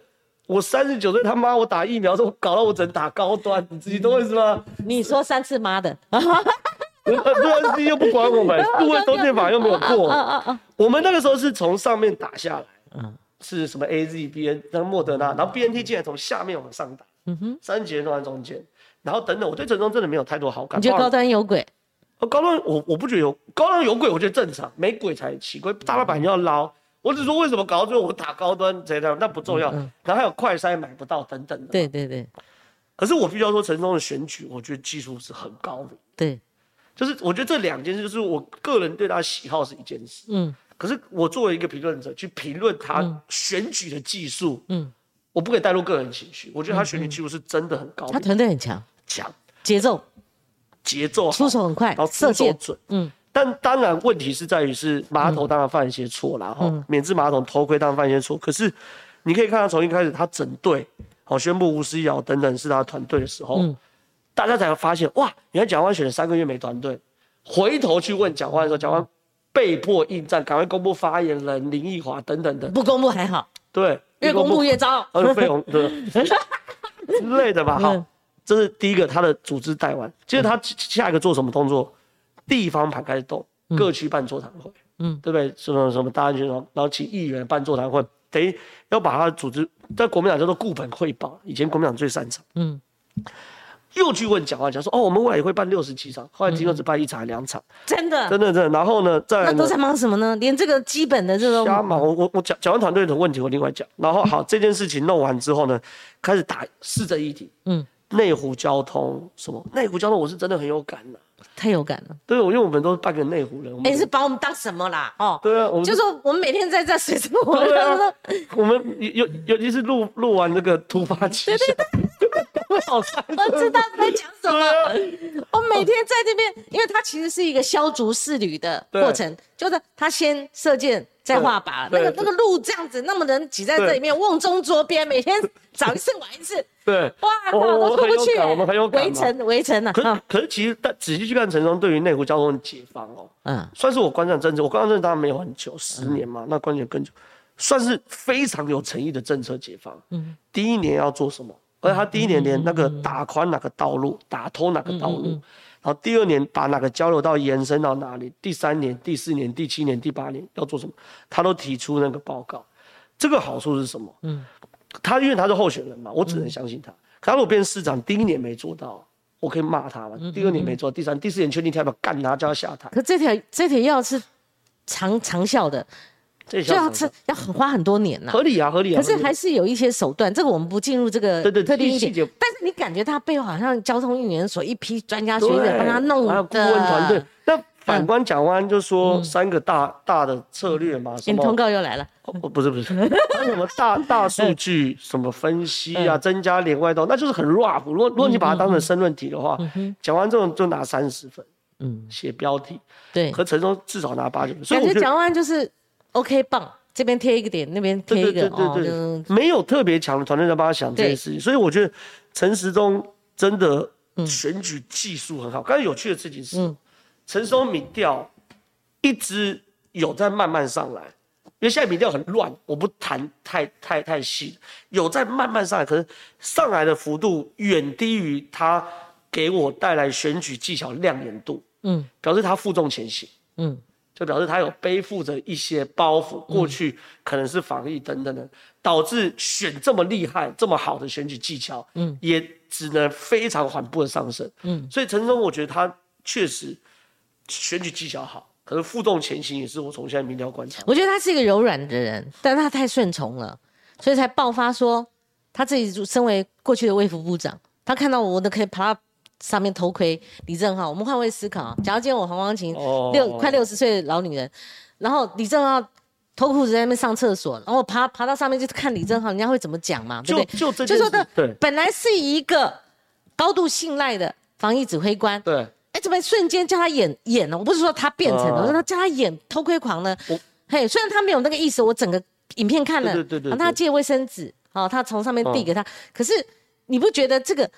Speaker 2: 我三十九岁，他妈我打疫苗之后搞到我只能打高端，你自己懂我意思吗？啊
Speaker 1: 你说三次妈的，啊
Speaker 2: 不然自己又不管 我们，部位中介法又没有
Speaker 1: 啊
Speaker 2: 过，
Speaker 1: 啊啊！
Speaker 2: 我们那个时候是从上面打下来，
Speaker 1: 嗯
Speaker 2: 是什么 A Z B N，那个莫德纳，然后 B N T 竟然从下面往上打，嗯哼，三节都在中间，然后等等，我对陈忠真的没有太多好感。
Speaker 1: 你觉得
Speaker 2: 包
Speaker 1: 高
Speaker 2: 含
Speaker 1: 端有鬼？
Speaker 2: 哦高端我我不觉得有高端有鬼，我觉得正常，没鬼才奇怪，大老板要捞。我只说为什么搞到最后我打高端这样，那不重要。然后还有快筛买不到等等的。
Speaker 1: 嗯对对对
Speaker 2: 可是我必须要说，陈忠的选举，我觉得技术是很高明。
Speaker 1: 对，
Speaker 2: 就是我觉得这两件事，就是我个人对他喜好是一件事，
Speaker 1: 嗯
Speaker 2: 可是我作为一个评论者去评论他选举的技术，
Speaker 1: 嗯，
Speaker 2: 我不可以带入个人情绪。我觉得他选举技术是真的很高
Speaker 1: 他团队很强，
Speaker 2: 强，
Speaker 1: 节奏
Speaker 2: 节奏好
Speaker 1: 出，手很快
Speaker 2: 然后，出
Speaker 1: 射
Speaker 2: 手
Speaker 1: 箭，
Speaker 2: 准。
Speaker 1: 嗯，
Speaker 2: 但当然，问题是在于是马桶当然犯一些错啦，哈、
Speaker 1: 嗯
Speaker 2: 免治马桶头盔当然犯一些错。可是你可以看到，从一开始他整队，好、宣布吴思瑶等等是他团队的时
Speaker 1: 嗯
Speaker 2: 候，大家才发现哇，原来蒋万选了三个月没团队。回头去问蒋万的时候，蒋万被迫应战，赶快公布发言人林奕华等等的，
Speaker 1: 不公布还好，
Speaker 2: 对，
Speaker 1: 越公布越糟。
Speaker 2: 呃，费用对之类的吧。好
Speaker 1: 嗯，
Speaker 2: 这是第一个，他的组织带完，接着他下一个做什么动作？地方盘开始动，各区办座谈会，
Speaker 1: 嗯
Speaker 2: 嗯，对不对？什么什么大安区，然后然后请议员办座谈会，等于要把他的组织在国民党叫做固本汇报，以前国民党最擅长。
Speaker 1: 嗯，
Speaker 2: 又去问蒋万强说：“哦，我们未来也会办六十七场，后来听说只办一场还两场，
Speaker 1: 真的，
Speaker 2: 真的真的。”然后呢，再来
Speaker 1: 嗯 那
Speaker 2: 呢
Speaker 1: 都在忙什么呢？连这个基本的这种
Speaker 2: 瞎忙，我我我讲讲完团队的问题，我另外讲。然后好，这件事情弄完之后呢，开始打市政议题，
Speaker 1: 嗯，
Speaker 2: 内湖交通什么？内湖交通我是真的很有感的、
Speaker 1: 太有感了。
Speaker 2: 对，我因为我们都是半个内湖人，我
Speaker 1: 哎，
Speaker 2: 们、
Speaker 1: 你是把我们当什么啦？哦，
Speaker 2: 对啊，我们
Speaker 1: 就说我们每天在这水深火
Speaker 2: 对啊
Speaker 1: 热，
Speaker 2: 我们尤尤尤其是录录完那个突发奇想，好惨
Speaker 1: 我知道你在讲什么。
Speaker 2: 对啊
Speaker 1: 我每天在这边，因为它其实是一个消竹试履的过程，就是他先射箭，再画靶，那
Speaker 2: 对
Speaker 1: 个
Speaker 2: 对
Speaker 1: 那个路这样子，那么人挤在这里面，瓮中捉鳖，每天早一次晚一次，
Speaker 2: 对。
Speaker 1: 哇靠，
Speaker 2: 我我
Speaker 1: 都
Speaker 2: 哦我
Speaker 1: 出
Speaker 2: 很
Speaker 1: 不
Speaker 2: 有
Speaker 1: 去、欸
Speaker 2: 感我们很有感
Speaker 1: 围
Speaker 2: 嘛
Speaker 1: 城围城啊，
Speaker 2: 可
Speaker 1: 嗯
Speaker 2: 可是其实，但仔细去看陈松对于内湖交通的解放哦，
Speaker 1: 嗯，
Speaker 2: 算是我观战政治，我观战政治当然没有很久，十年嘛，那观点更久，算是非常有诚意的政策解放。嗯，第一年要做什么？而且他第一年连那个打宽哪个道路，打通哪个道路，然后第二年把哪个交流道延伸到哪里，第三年、第四年、第七年、第八年要做什么，他都提出那个报告。这个好处是什么？嗯，他因为他是候选人嘛，我只能相信他。可他如果变市长，第一年没做到，我可以骂他嘛；第二年没做到，第三、第四年确定跳票，干他叫他下台。
Speaker 1: 可这条这条药是长长效的，
Speaker 2: 这也
Speaker 1: 就
Speaker 2: 叫
Speaker 1: 要
Speaker 2: 什
Speaker 1: 吃
Speaker 2: 么
Speaker 1: 要很花很多年呐、
Speaker 2: 合理啊，合理啊。
Speaker 1: 可是
Speaker 2: 合理啊
Speaker 1: 还是有一些手段，这个我们不进入这个
Speaker 2: 对对
Speaker 1: 特定一
Speaker 2: 细
Speaker 1: 点
Speaker 2: 节。
Speaker 1: 但是你感觉他背后好像交通运研所一批专家学
Speaker 2: 对，
Speaker 1: 者帮他弄
Speaker 2: 还
Speaker 1: 的嗯
Speaker 2: 有顾问团队。那反观蒋万安就说三个大大的策略嘛，什
Speaker 1: 你嗯通
Speaker 2: 么？
Speaker 1: 告又嗯来了。
Speaker 2: 哦，不是不是，他什么大大数据什么分析
Speaker 1: 嗯
Speaker 2: 啊，增加连外道，那就是很 rough。如果如果你把它当成申论题的话，蒋万安这种就拿三十分，
Speaker 1: 嗯
Speaker 2: 嗯，写标题，
Speaker 1: 对，
Speaker 2: 和陈忠至少拿八九分，所以
Speaker 1: 感觉
Speaker 2: 我觉得
Speaker 1: 讲完就是 OK 棒，这边贴一个点，那边贴
Speaker 2: 对
Speaker 1: 一
Speaker 2: 对
Speaker 1: 个
Speaker 2: 对对对，
Speaker 1: 哦，
Speaker 2: 没有特别强的团队在帮他想这件事情，所以我觉得陈时中真的选举技术很好。刚才有趣的事情是，陈时中民调一直有在慢慢上来，因为现在民调很乱，我不谈太太太细，有在慢慢上来，可是上来的幅度远低于他给我带来选举技巧亮眼度，
Speaker 1: 嗯
Speaker 2: 嗯，表示他负重前行。
Speaker 1: 嗯
Speaker 2: 就表示他有背负着一些包袱，过去可能是防疫等等的，导致选这么厉害、这么好的选举技巧，嗯，也只能非常缓步的上升，嗯，所以陈忠，我觉得他确实选举技巧好，可是负重前行也是我从现在民调观察，
Speaker 1: 我觉得他是一个柔软的人，但他太顺从了，所以才爆发说他自己就身为过去的卫福部长，他看到我都可以爬到上面偷窥李正浩，我们换位思考，假如今天我黄光琴
Speaker 2: 哦
Speaker 1: 六快六十岁的老女人，然后李正浩。脱裤子在那边上厕所，然后我爬爬到上面去看李正浩，人家会怎么讲嘛？对不
Speaker 2: 就
Speaker 1: 对？就
Speaker 2: 就这件事
Speaker 1: 说的，
Speaker 2: 对
Speaker 1: 本来是一个高度信赖的防疫指挥官，
Speaker 2: 对，
Speaker 1: 哎，怎么瞬间叫他演演了？我不是说他变成了，
Speaker 2: 啊
Speaker 1: 我说他叫他演偷窥狂呢
Speaker 2: 我。
Speaker 1: 嘿，虽然他没有那个意思，我整个影片看了，
Speaker 2: 对对对对对啊
Speaker 1: 然后他借卫生纸，哦，他从上面递给他。可是你不觉得这个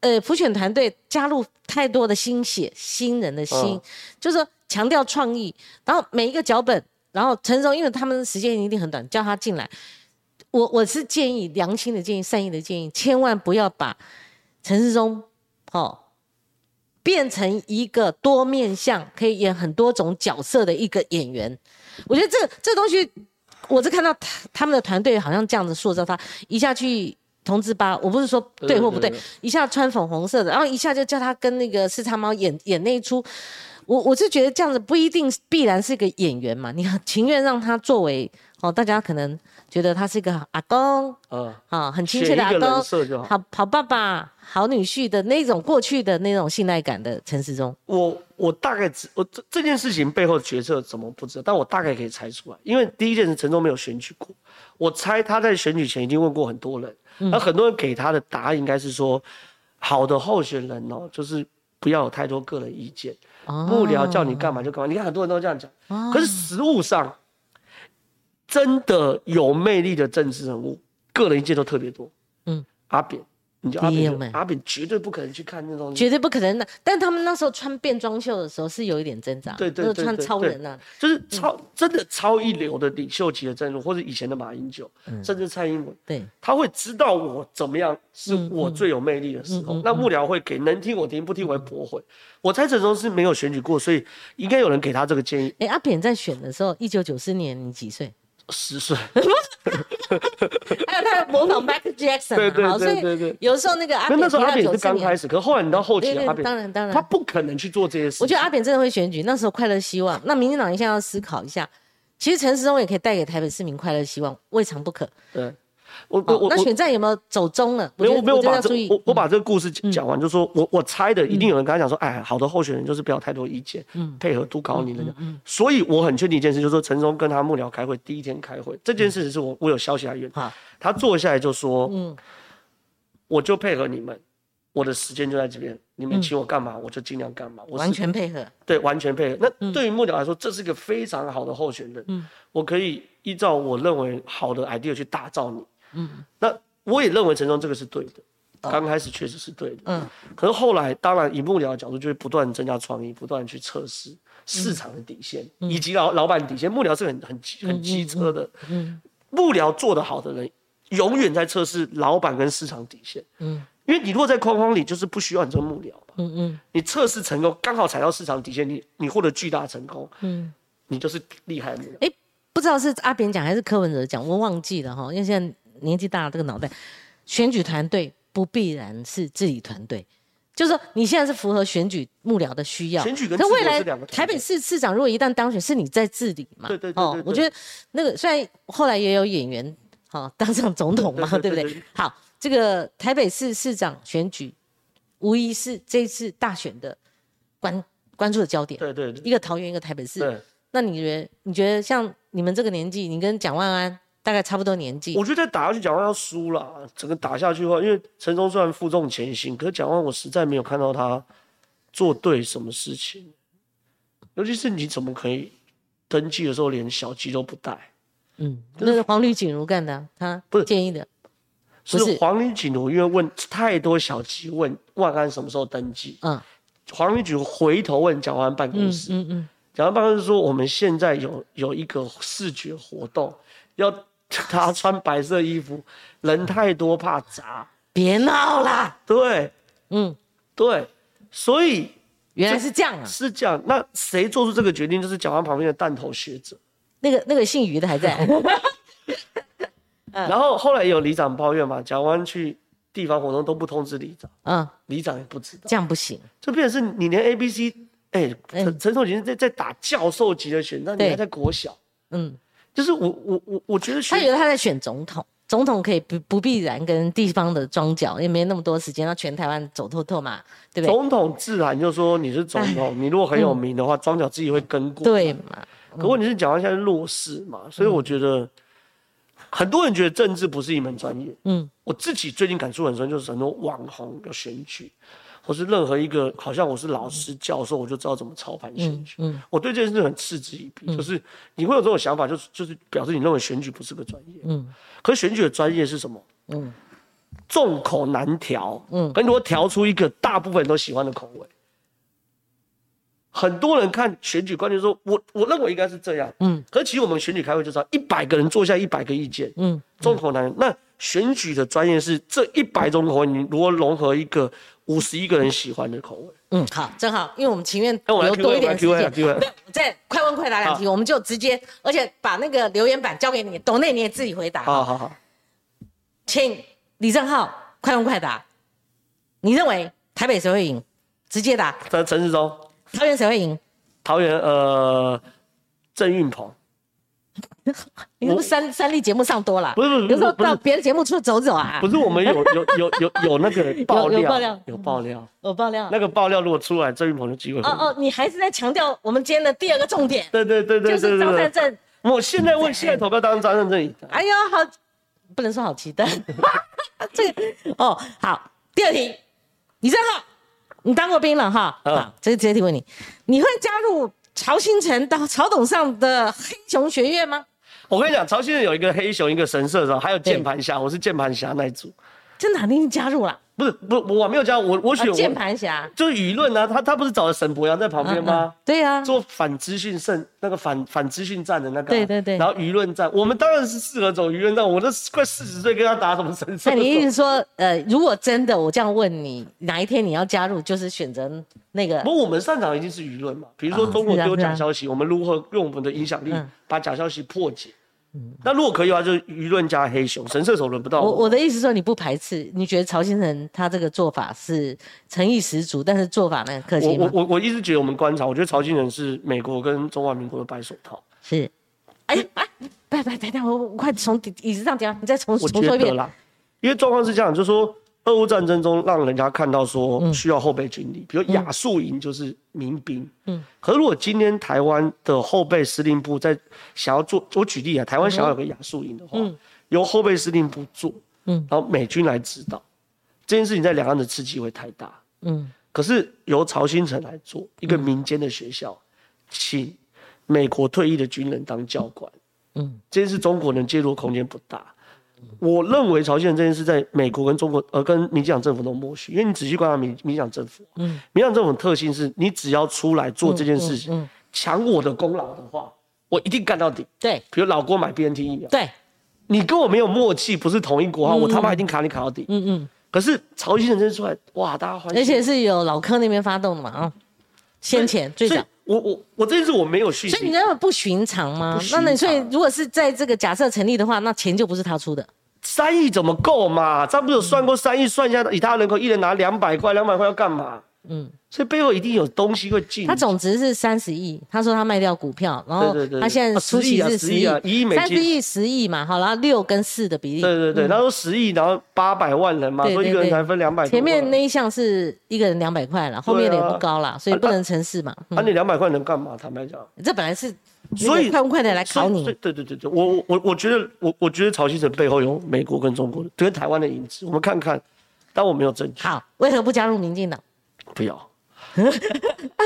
Speaker 1: 呃普选团队加入太多的心血、新人的心，
Speaker 2: 嗯
Speaker 1: 就是说强调创意，然后每一个脚本，然后陈荣，因为他们时间一定很短，叫他进来。我我是建议，良心的建议，善意的建议，千万不要把陈世忠哦变成一个多面相，可以演很多种角色的一个演员。我觉得这这东西，我是看到他他们的团队好像这样子塑造他，一下去同志吧，我不是说对或不对，
Speaker 2: 对对对
Speaker 1: 一下穿粉红色的，然后一下就叫他跟那个四叉猫演演那一出。我我是觉得这样子不一定必然是个演员嘛，你很情愿让他作为哦，大家可能觉得他是一个阿公
Speaker 2: 嗯，
Speaker 1: 啊、很亲
Speaker 2: 选
Speaker 1: 切
Speaker 2: 一
Speaker 1: 的阿
Speaker 2: 个人
Speaker 1: 公，
Speaker 2: 设就好。
Speaker 1: 好好爸爸、好女婿的那种过去的那种信赖感的陈世忠，
Speaker 2: 我我大概知我这这件事情背后的决策怎么不知道，但我大概可以猜出来，因为第一件事陈忠没有选举过，我猜他在选举前已经问过很多人，
Speaker 1: 嗯
Speaker 2: 那、很多人给他的答案应该是说，好的候选人哦，就是不要有太多个人意见，
Speaker 1: 哦
Speaker 2: 幕僚叫你干嘛就干嘛，你看很多人都这样讲，可是实物上，真的有魅力的政治人物，个人意见都特别多，
Speaker 1: 嗯，
Speaker 2: 阿扁。你就阿扁
Speaker 1: 第一
Speaker 2: 就
Speaker 1: 名，
Speaker 2: 阿扁绝对不可能去看那种
Speaker 1: 绝对不可能的。但他们那时候穿变装秀的时候是有一点挣扎，
Speaker 2: 对对
Speaker 1: 就是
Speaker 2: 对
Speaker 1: 穿
Speaker 2: 对
Speaker 1: 超
Speaker 2: 对
Speaker 1: 人呐、啊，
Speaker 2: 就是超、真的超一流的领袖级的政治人物，或者以前的马英九，
Speaker 1: 嗯
Speaker 2: 甚至蔡英文，
Speaker 1: 对，
Speaker 2: 他会知道我怎么样是
Speaker 1: 嗯
Speaker 2: 我最有魅力的时候。那幕僚会给能听我听，不听我也驳回。我猜陈忠是没有选举过，所以应该有人给他这个建议。
Speaker 1: 哎，阿扁在选的时候，一九九四年你几 岁？
Speaker 2: 十岁，
Speaker 1: 还有他模仿 Michael Jackson，、啊、
Speaker 2: 对对
Speaker 1: 好所以
Speaker 2: 对对对
Speaker 1: 有时候那个阿
Speaker 2: 那
Speaker 1: 扁
Speaker 2: 那时候阿
Speaker 1: 提
Speaker 2: 扁
Speaker 1: 到
Speaker 2: 是
Speaker 1: 94
Speaker 2: 刚
Speaker 1: 年
Speaker 2: 开始，可后来你到后期
Speaker 1: 对对
Speaker 2: 阿扁，
Speaker 1: 当然当然
Speaker 2: 他不可能去做这些事。
Speaker 1: 我觉得阿扁真的会选举，那时候快乐希望。那民进党现在要思考一下，其实陈时中也可以带给台北市民快乐希望，未尝不可。
Speaker 2: 对，我我
Speaker 1: 哦
Speaker 2: 我、
Speaker 1: 那
Speaker 2: 我
Speaker 1: 选战有没有走中了？
Speaker 2: 没有，没有
Speaker 1: 觉得
Speaker 2: 把
Speaker 1: 要
Speaker 2: 这
Speaker 1: 注意。嗯
Speaker 2: 我我把这个故事讲讲完，就说我我猜的，一定有人跟他讲说，哎，好的候选人就是不要太多意见，
Speaker 1: 嗯
Speaker 2: 配合度高你的。所以我很确定一件事，就是说陈忠跟他幕僚开会第一天开会这件事情是我我有消息来源
Speaker 1: 嗯好，嗯
Speaker 2: 他坐下来就说，我就配合你们，我的时间就在这边，你们请我干嘛我就尽量干嘛，我
Speaker 1: 嗯
Speaker 2: 是
Speaker 1: 完全配合。
Speaker 2: 对，完全配合。
Speaker 1: 嗯
Speaker 2: 那对于幕僚来说，这是一个非常好的候选人。我可以依照我认为好的 idea 去打造你。
Speaker 1: 嗯
Speaker 2: 那我也认为陈忠这个是对的，刚开始确实是对的。
Speaker 1: 哦嗯
Speaker 2: 可是后来，当然以幕僚的角度，就会不断增加创意，不断去测
Speaker 1: 嗯
Speaker 2: 试市场的底线，以及老老板的底线。幕僚是很很机很机车的，
Speaker 1: 嗯
Speaker 2: 幕僚做得好的人，永远在测试老板跟市场底线。
Speaker 1: 嗯
Speaker 2: 因为你如果在框框里，就是不需要你这个幕僚嘛。
Speaker 1: 嗯嗯
Speaker 2: 你测试成功，刚好踩到市场底线，你你获得巨大成功，
Speaker 1: 嗯。
Speaker 2: 你就是厉害的人。
Speaker 1: 哎、不知道是阿扁讲还是柯文哲讲，我忘记了哈，因为现在年纪大了，这个脑袋，选举团队不必然是治理团队。就是说，你现在是符合选举幕僚的需要，
Speaker 2: 选举跟
Speaker 1: 可
Speaker 2: 治国
Speaker 1: 未来
Speaker 2: 是两个团队
Speaker 1: 台北市市长如果一旦当选，是你在治理嘛？
Speaker 2: 对对对对对
Speaker 1: 我觉得那个虽然后来也有演员哦当上总统嘛，
Speaker 2: 对
Speaker 1: 对
Speaker 2: 对
Speaker 1: 不
Speaker 2: 对
Speaker 1: 对
Speaker 2: 对对？
Speaker 1: 好，这个台北市市长选举无疑是这次大选的关关注的焦点。
Speaker 2: 对对对
Speaker 1: 一个桃园，一个台北市。
Speaker 2: 对，
Speaker 1: 那你觉得你觉得像你们这个年纪，你跟蒋万安大概差不多年纪，
Speaker 2: 我觉得打下去蒋万要输了，整个打下去的话，因为陈忠虽然负重前行，可是蒋万我实在没有看到他做对什么事情，尤其是你怎么可以登记的时候连小鸡都不带？
Speaker 1: 嗯，那是黄绿锦如干的啊，他
Speaker 2: 不是
Speaker 1: 建议的，不
Speaker 2: 是
Speaker 1: 是
Speaker 2: 黄林锦如因为问太多小鸡问万安什么时候登记，
Speaker 1: 嗯
Speaker 2: 黄林锦如回头问蒋万安办公
Speaker 1: 嗯
Speaker 2: 室，
Speaker 1: 嗯嗯，
Speaker 2: 蒋万办公室说，我们现在有有一个视觉活动，要 他穿白色衣服，人太多怕砸。
Speaker 1: 别闹啦，
Speaker 2: 对
Speaker 1: 嗯，
Speaker 2: 对，所以
Speaker 1: 原来是这样啊，
Speaker 2: 是这样。那谁做出这个决定，就是蒋万旁边的弹头学者。
Speaker 1: 那个那个姓于的还 在，嗯
Speaker 2: 然后后来有里长抱怨嘛，蒋万去地方活动都不通知里长，
Speaker 1: 嗯，
Speaker 2: 里长也不知道，
Speaker 1: 这样不行，
Speaker 2: 就变成是你连 A、B、C，哎，
Speaker 1: 嗯
Speaker 2: 陈陈守勤在在打教授级的选战，你
Speaker 1: 对
Speaker 2: 还在国小，
Speaker 1: 嗯，
Speaker 2: 就是我我我我觉得
Speaker 1: 他
Speaker 2: 学
Speaker 1: 觉得他在选总统。总统可以不不必然跟地方的庄脚，也没那么多时间，让全台湾走透透嘛，对不对？
Speaker 2: 总统自然就说你是总统，你如果很有名的话，庄脚自己会跟过。
Speaker 1: 嗯对嘛？
Speaker 2: 可问题是，蒋万现在弱势嘛，所以我觉得很多人觉得政治不是一门专业。
Speaker 1: 嗯
Speaker 2: 我自己最近感触很深，就是很多网红有选举，或是任何一个好像我是老师教授，我就知道怎么操盘选举。
Speaker 1: 嗯
Speaker 2: 我对这件事很嗤之以鼻，就是你会有这种想法，就是就是表示你认为选举不是个专业。
Speaker 1: 嗯
Speaker 2: 可是选举的专业是什么？
Speaker 1: 嗯
Speaker 2: 众口难调，
Speaker 1: 嗯
Speaker 2: 嗯，很多调出一个大部分人都喜欢的口味。很多人看选举观念说，我我认为应该是这样，
Speaker 1: 嗯
Speaker 2: 嗯，可其实我们选举开会就知道，一百个人坐下一百个意见，
Speaker 1: 嗯
Speaker 2: 众口难调。那选举的专业是这一百种口味，你如何融合一个五十一个人喜欢的口味？
Speaker 1: 嗯，好，正好，因为我们情愿
Speaker 2: 那哎我来
Speaker 1: 留
Speaker 2: Q
Speaker 1: 多
Speaker 2: A，
Speaker 1: 一
Speaker 2: 我来
Speaker 1: 点时
Speaker 2: Q
Speaker 1: 间
Speaker 2: A，。Q 啊 A。
Speaker 1: 我 再快问快答两题，我们就直接，而且把那个留言板交给你，董内你也自己回答。
Speaker 2: 好好好，
Speaker 1: 请李正浩快问快答，你认为台北谁会赢？直接答。
Speaker 2: 陈陈世忠，
Speaker 1: 桃园谁会赢？
Speaker 2: 桃园呃，郑运鹏，
Speaker 1: 你是不是三三立节目上多了？
Speaker 2: 不是不是
Speaker 1: 有时候
Speaker 2: 不是
Speaker 1: 到别的节目处走走啊
Speaker 2: 不。是我们有有有有有那个爆料，
Speaker 1: 有爆料
Speaker 2: 有爆料
Speaker 1: 我爆料。
Speaker 2: 那个爆料如果出来，郑云鹏的机会
Speaker 1: 哦
Speaker 2: 很大。
Speaker 1: 哦，你还是在强调我们今天的第二个重点，
Speaker 2: 对对对对
Speaker 1: 就
Speaker 2: 对
Speaker 1: 是张
Speaker 2: 对
Speaker 1: 善
Speaker 2: 对。
Speaker 1: 政。
Speaker 2: 我现在问，现在投票当然张善正赢。
Speaker 1: 哎呦，好，不能说好期待。 这个哦，好，第二题，李正浩，你当过兵了哈？
Speaker 2: 嗯
Speaker 1: 好，这是直接提问你，你会加入曹新成到曹董上的黑熊学院吗？
Speaker 2: 我跟你讲，曹先生有一个黑熊，一个神社长，还有键盘侠，我是键盘侠那一组。
Speaker 1: 这哪天加入了？
Speaker 2: 不是不，我没有加我，我选
Speaker 1: 啊键
Speaker 2: 我
Speaker 1: 盘侠
Speaker 2: 就是舆论啊，他他不是找了沈博洋在旁边
Speaker 1: 嗯
Speaker 2: 吗
Speaker 1: 嗯？对呀，
Speaker 2: 做反资讯胜那个反反资讯战的那个啊、
Speaker 1: 对对对
Speaker 2: 然后舆论战，我们当然是适合走舆论战。我都快四十岁，跟他打什么神社？
Speaker 1: 那你意思说，呃，如果真的我这样问你，哪一天你要加入，就是选择那个
Speaker 2: 不，过我们擅长一定是舆论嘛，比如说
Speaker 1: 啊
Speaker 2: 中国
Speaker 1: 是啊
Speaker 2: 丢
Speaker 1: 是啊
Speaker 2: 假消息，我们如何用我们的影响力
Speaker 1: 嗯
Speaker 2: 把假消息破解？那如果可以的话，就是舆论加黑熊，神射手轮不到
Speaker 1: 我
Speaker 2: 我。
Speaker 1: 我的意思说，你不排斥，你觉得曹先生他这个做法是诚意十足，但是做法呢可
Speaker 2: 我
Speaker 1: 行
Speaker 2: 我
Speaker 1: 吗？
Speaker 2: 我我一直觉得我们观察，我觉得曹金人是美国跟中华民国的白手套，
Speaker 1: 是，哎哎，拜拜拜拜，我我快从底椅子上掉，你再重
Speaker 2: 我
Speaker 1: 重
Speaker 2: 觉
Speaker 1: 说一
Speaker 2: 得
Speaker 1: 遍。
Speaker 2: 啦，因为状况是这样，就是说俄乌战争中让人家看到说需要后备军力，比如亚速营就是民兵，嗯，可如果今天台湾的后备司令部在想要做，我举例啊，台湾想要有个亚速营的话，由后备司令部做，
Speaker 1: 嗯
Speaker 2: 嗯，然后美军来指导，这件事情在两岸的刺激会太大，
Speaker 1: 嗯，
Speaker 2: 可是由曹新成来做一个民间的学校，请美国退役的军人当教官，
Speaker 1: 嗯
Speaker 2: 嗯，这件事中国能介入的空间不大。我认为朝鲜这件事在美国跟中国呃跟民进党政府都默许，因为你仔细观察民民进党政府，嗯，民进党政府的特性是你只要出来做这件事
Speaker 1: 嗯嗯
Speaker 2: 情，抢我的功劳的话，我一定干到底。
Speaker 1: 对
Speaker 2: 比如老郭买 BNT 疫苗，
Speaker 1: 对，
Speaker 2: 你跟我没有默契，不是同一国号，我他妈一定卡你卡到底。
Speaker 1: 嗯嗯，
Speaker 2: 可是朝鲜这件事出来，哇，大家欢喜，
Speaker 1: 而且是有老柯那边发动的嘛啊，先前最
Speaker 2: 所以
Speaker 1: 早。
Speaker 2: 我我我这件事我没有讯息
Speaker 1: 所以你，认为不寻常吗
Speaker 2: 不？寻
Speaker 1: 那
Speaker 2: 常啊
Speaker 1: 你所以如果是在这个假设成立的话，那钱就不是他出的。
Speaker 2: 三亿怎么够嘛？咱不是有算过三亿，算一下以他人口，一人拿两百块，两百块要干嘛？
Speaker 1: 嗯
Speaker 2: 嗯，所以背后一定有东西会进。
Speaker 1: 他总值是三十亿，他说他卖掉股票，然后
Speaker 2: 嗯对对对
Speaker 1: 他现在
Speaker 2: 啊
Speaker 1: 出席是
Speaker 2: 10
Speaker 1: 十
Speaker 2: 亿啊10亿啊1亿美金
Speaker 1: 三十亿十亿嘛，好了，六跟四的比例。
Speaker 2: 对对对，他说十亿，然后八百万人嘛，
Speaker 1: 嗯对
Speaker 2: 所以一
Speaker 1: 对
Speaker 2: 个人
Speaker 1: 对
Speaker 2: 才分两百。
Speaker 1: 前面那一项是一个人两百块了，后面的也不高了，所以不能乘四嘛。嗯
Speaker 2: 啊，你两百块能干嘛？坦白讲，
Speaker 1: 这本来是
Speaker 2: 所以
Speaker 1: 快不快的来嗯考
Speaker 2: 所以所以
Speaker 1: 你，
Speaker 2: 对对对对，我我我我觉得我我觉得曹新成背后有美国跟中国的跟台湾的影子，我们看看，但我没有证据。
Speaker 1: 好，为何不加入民进党？
Speaker 2: 不要。 我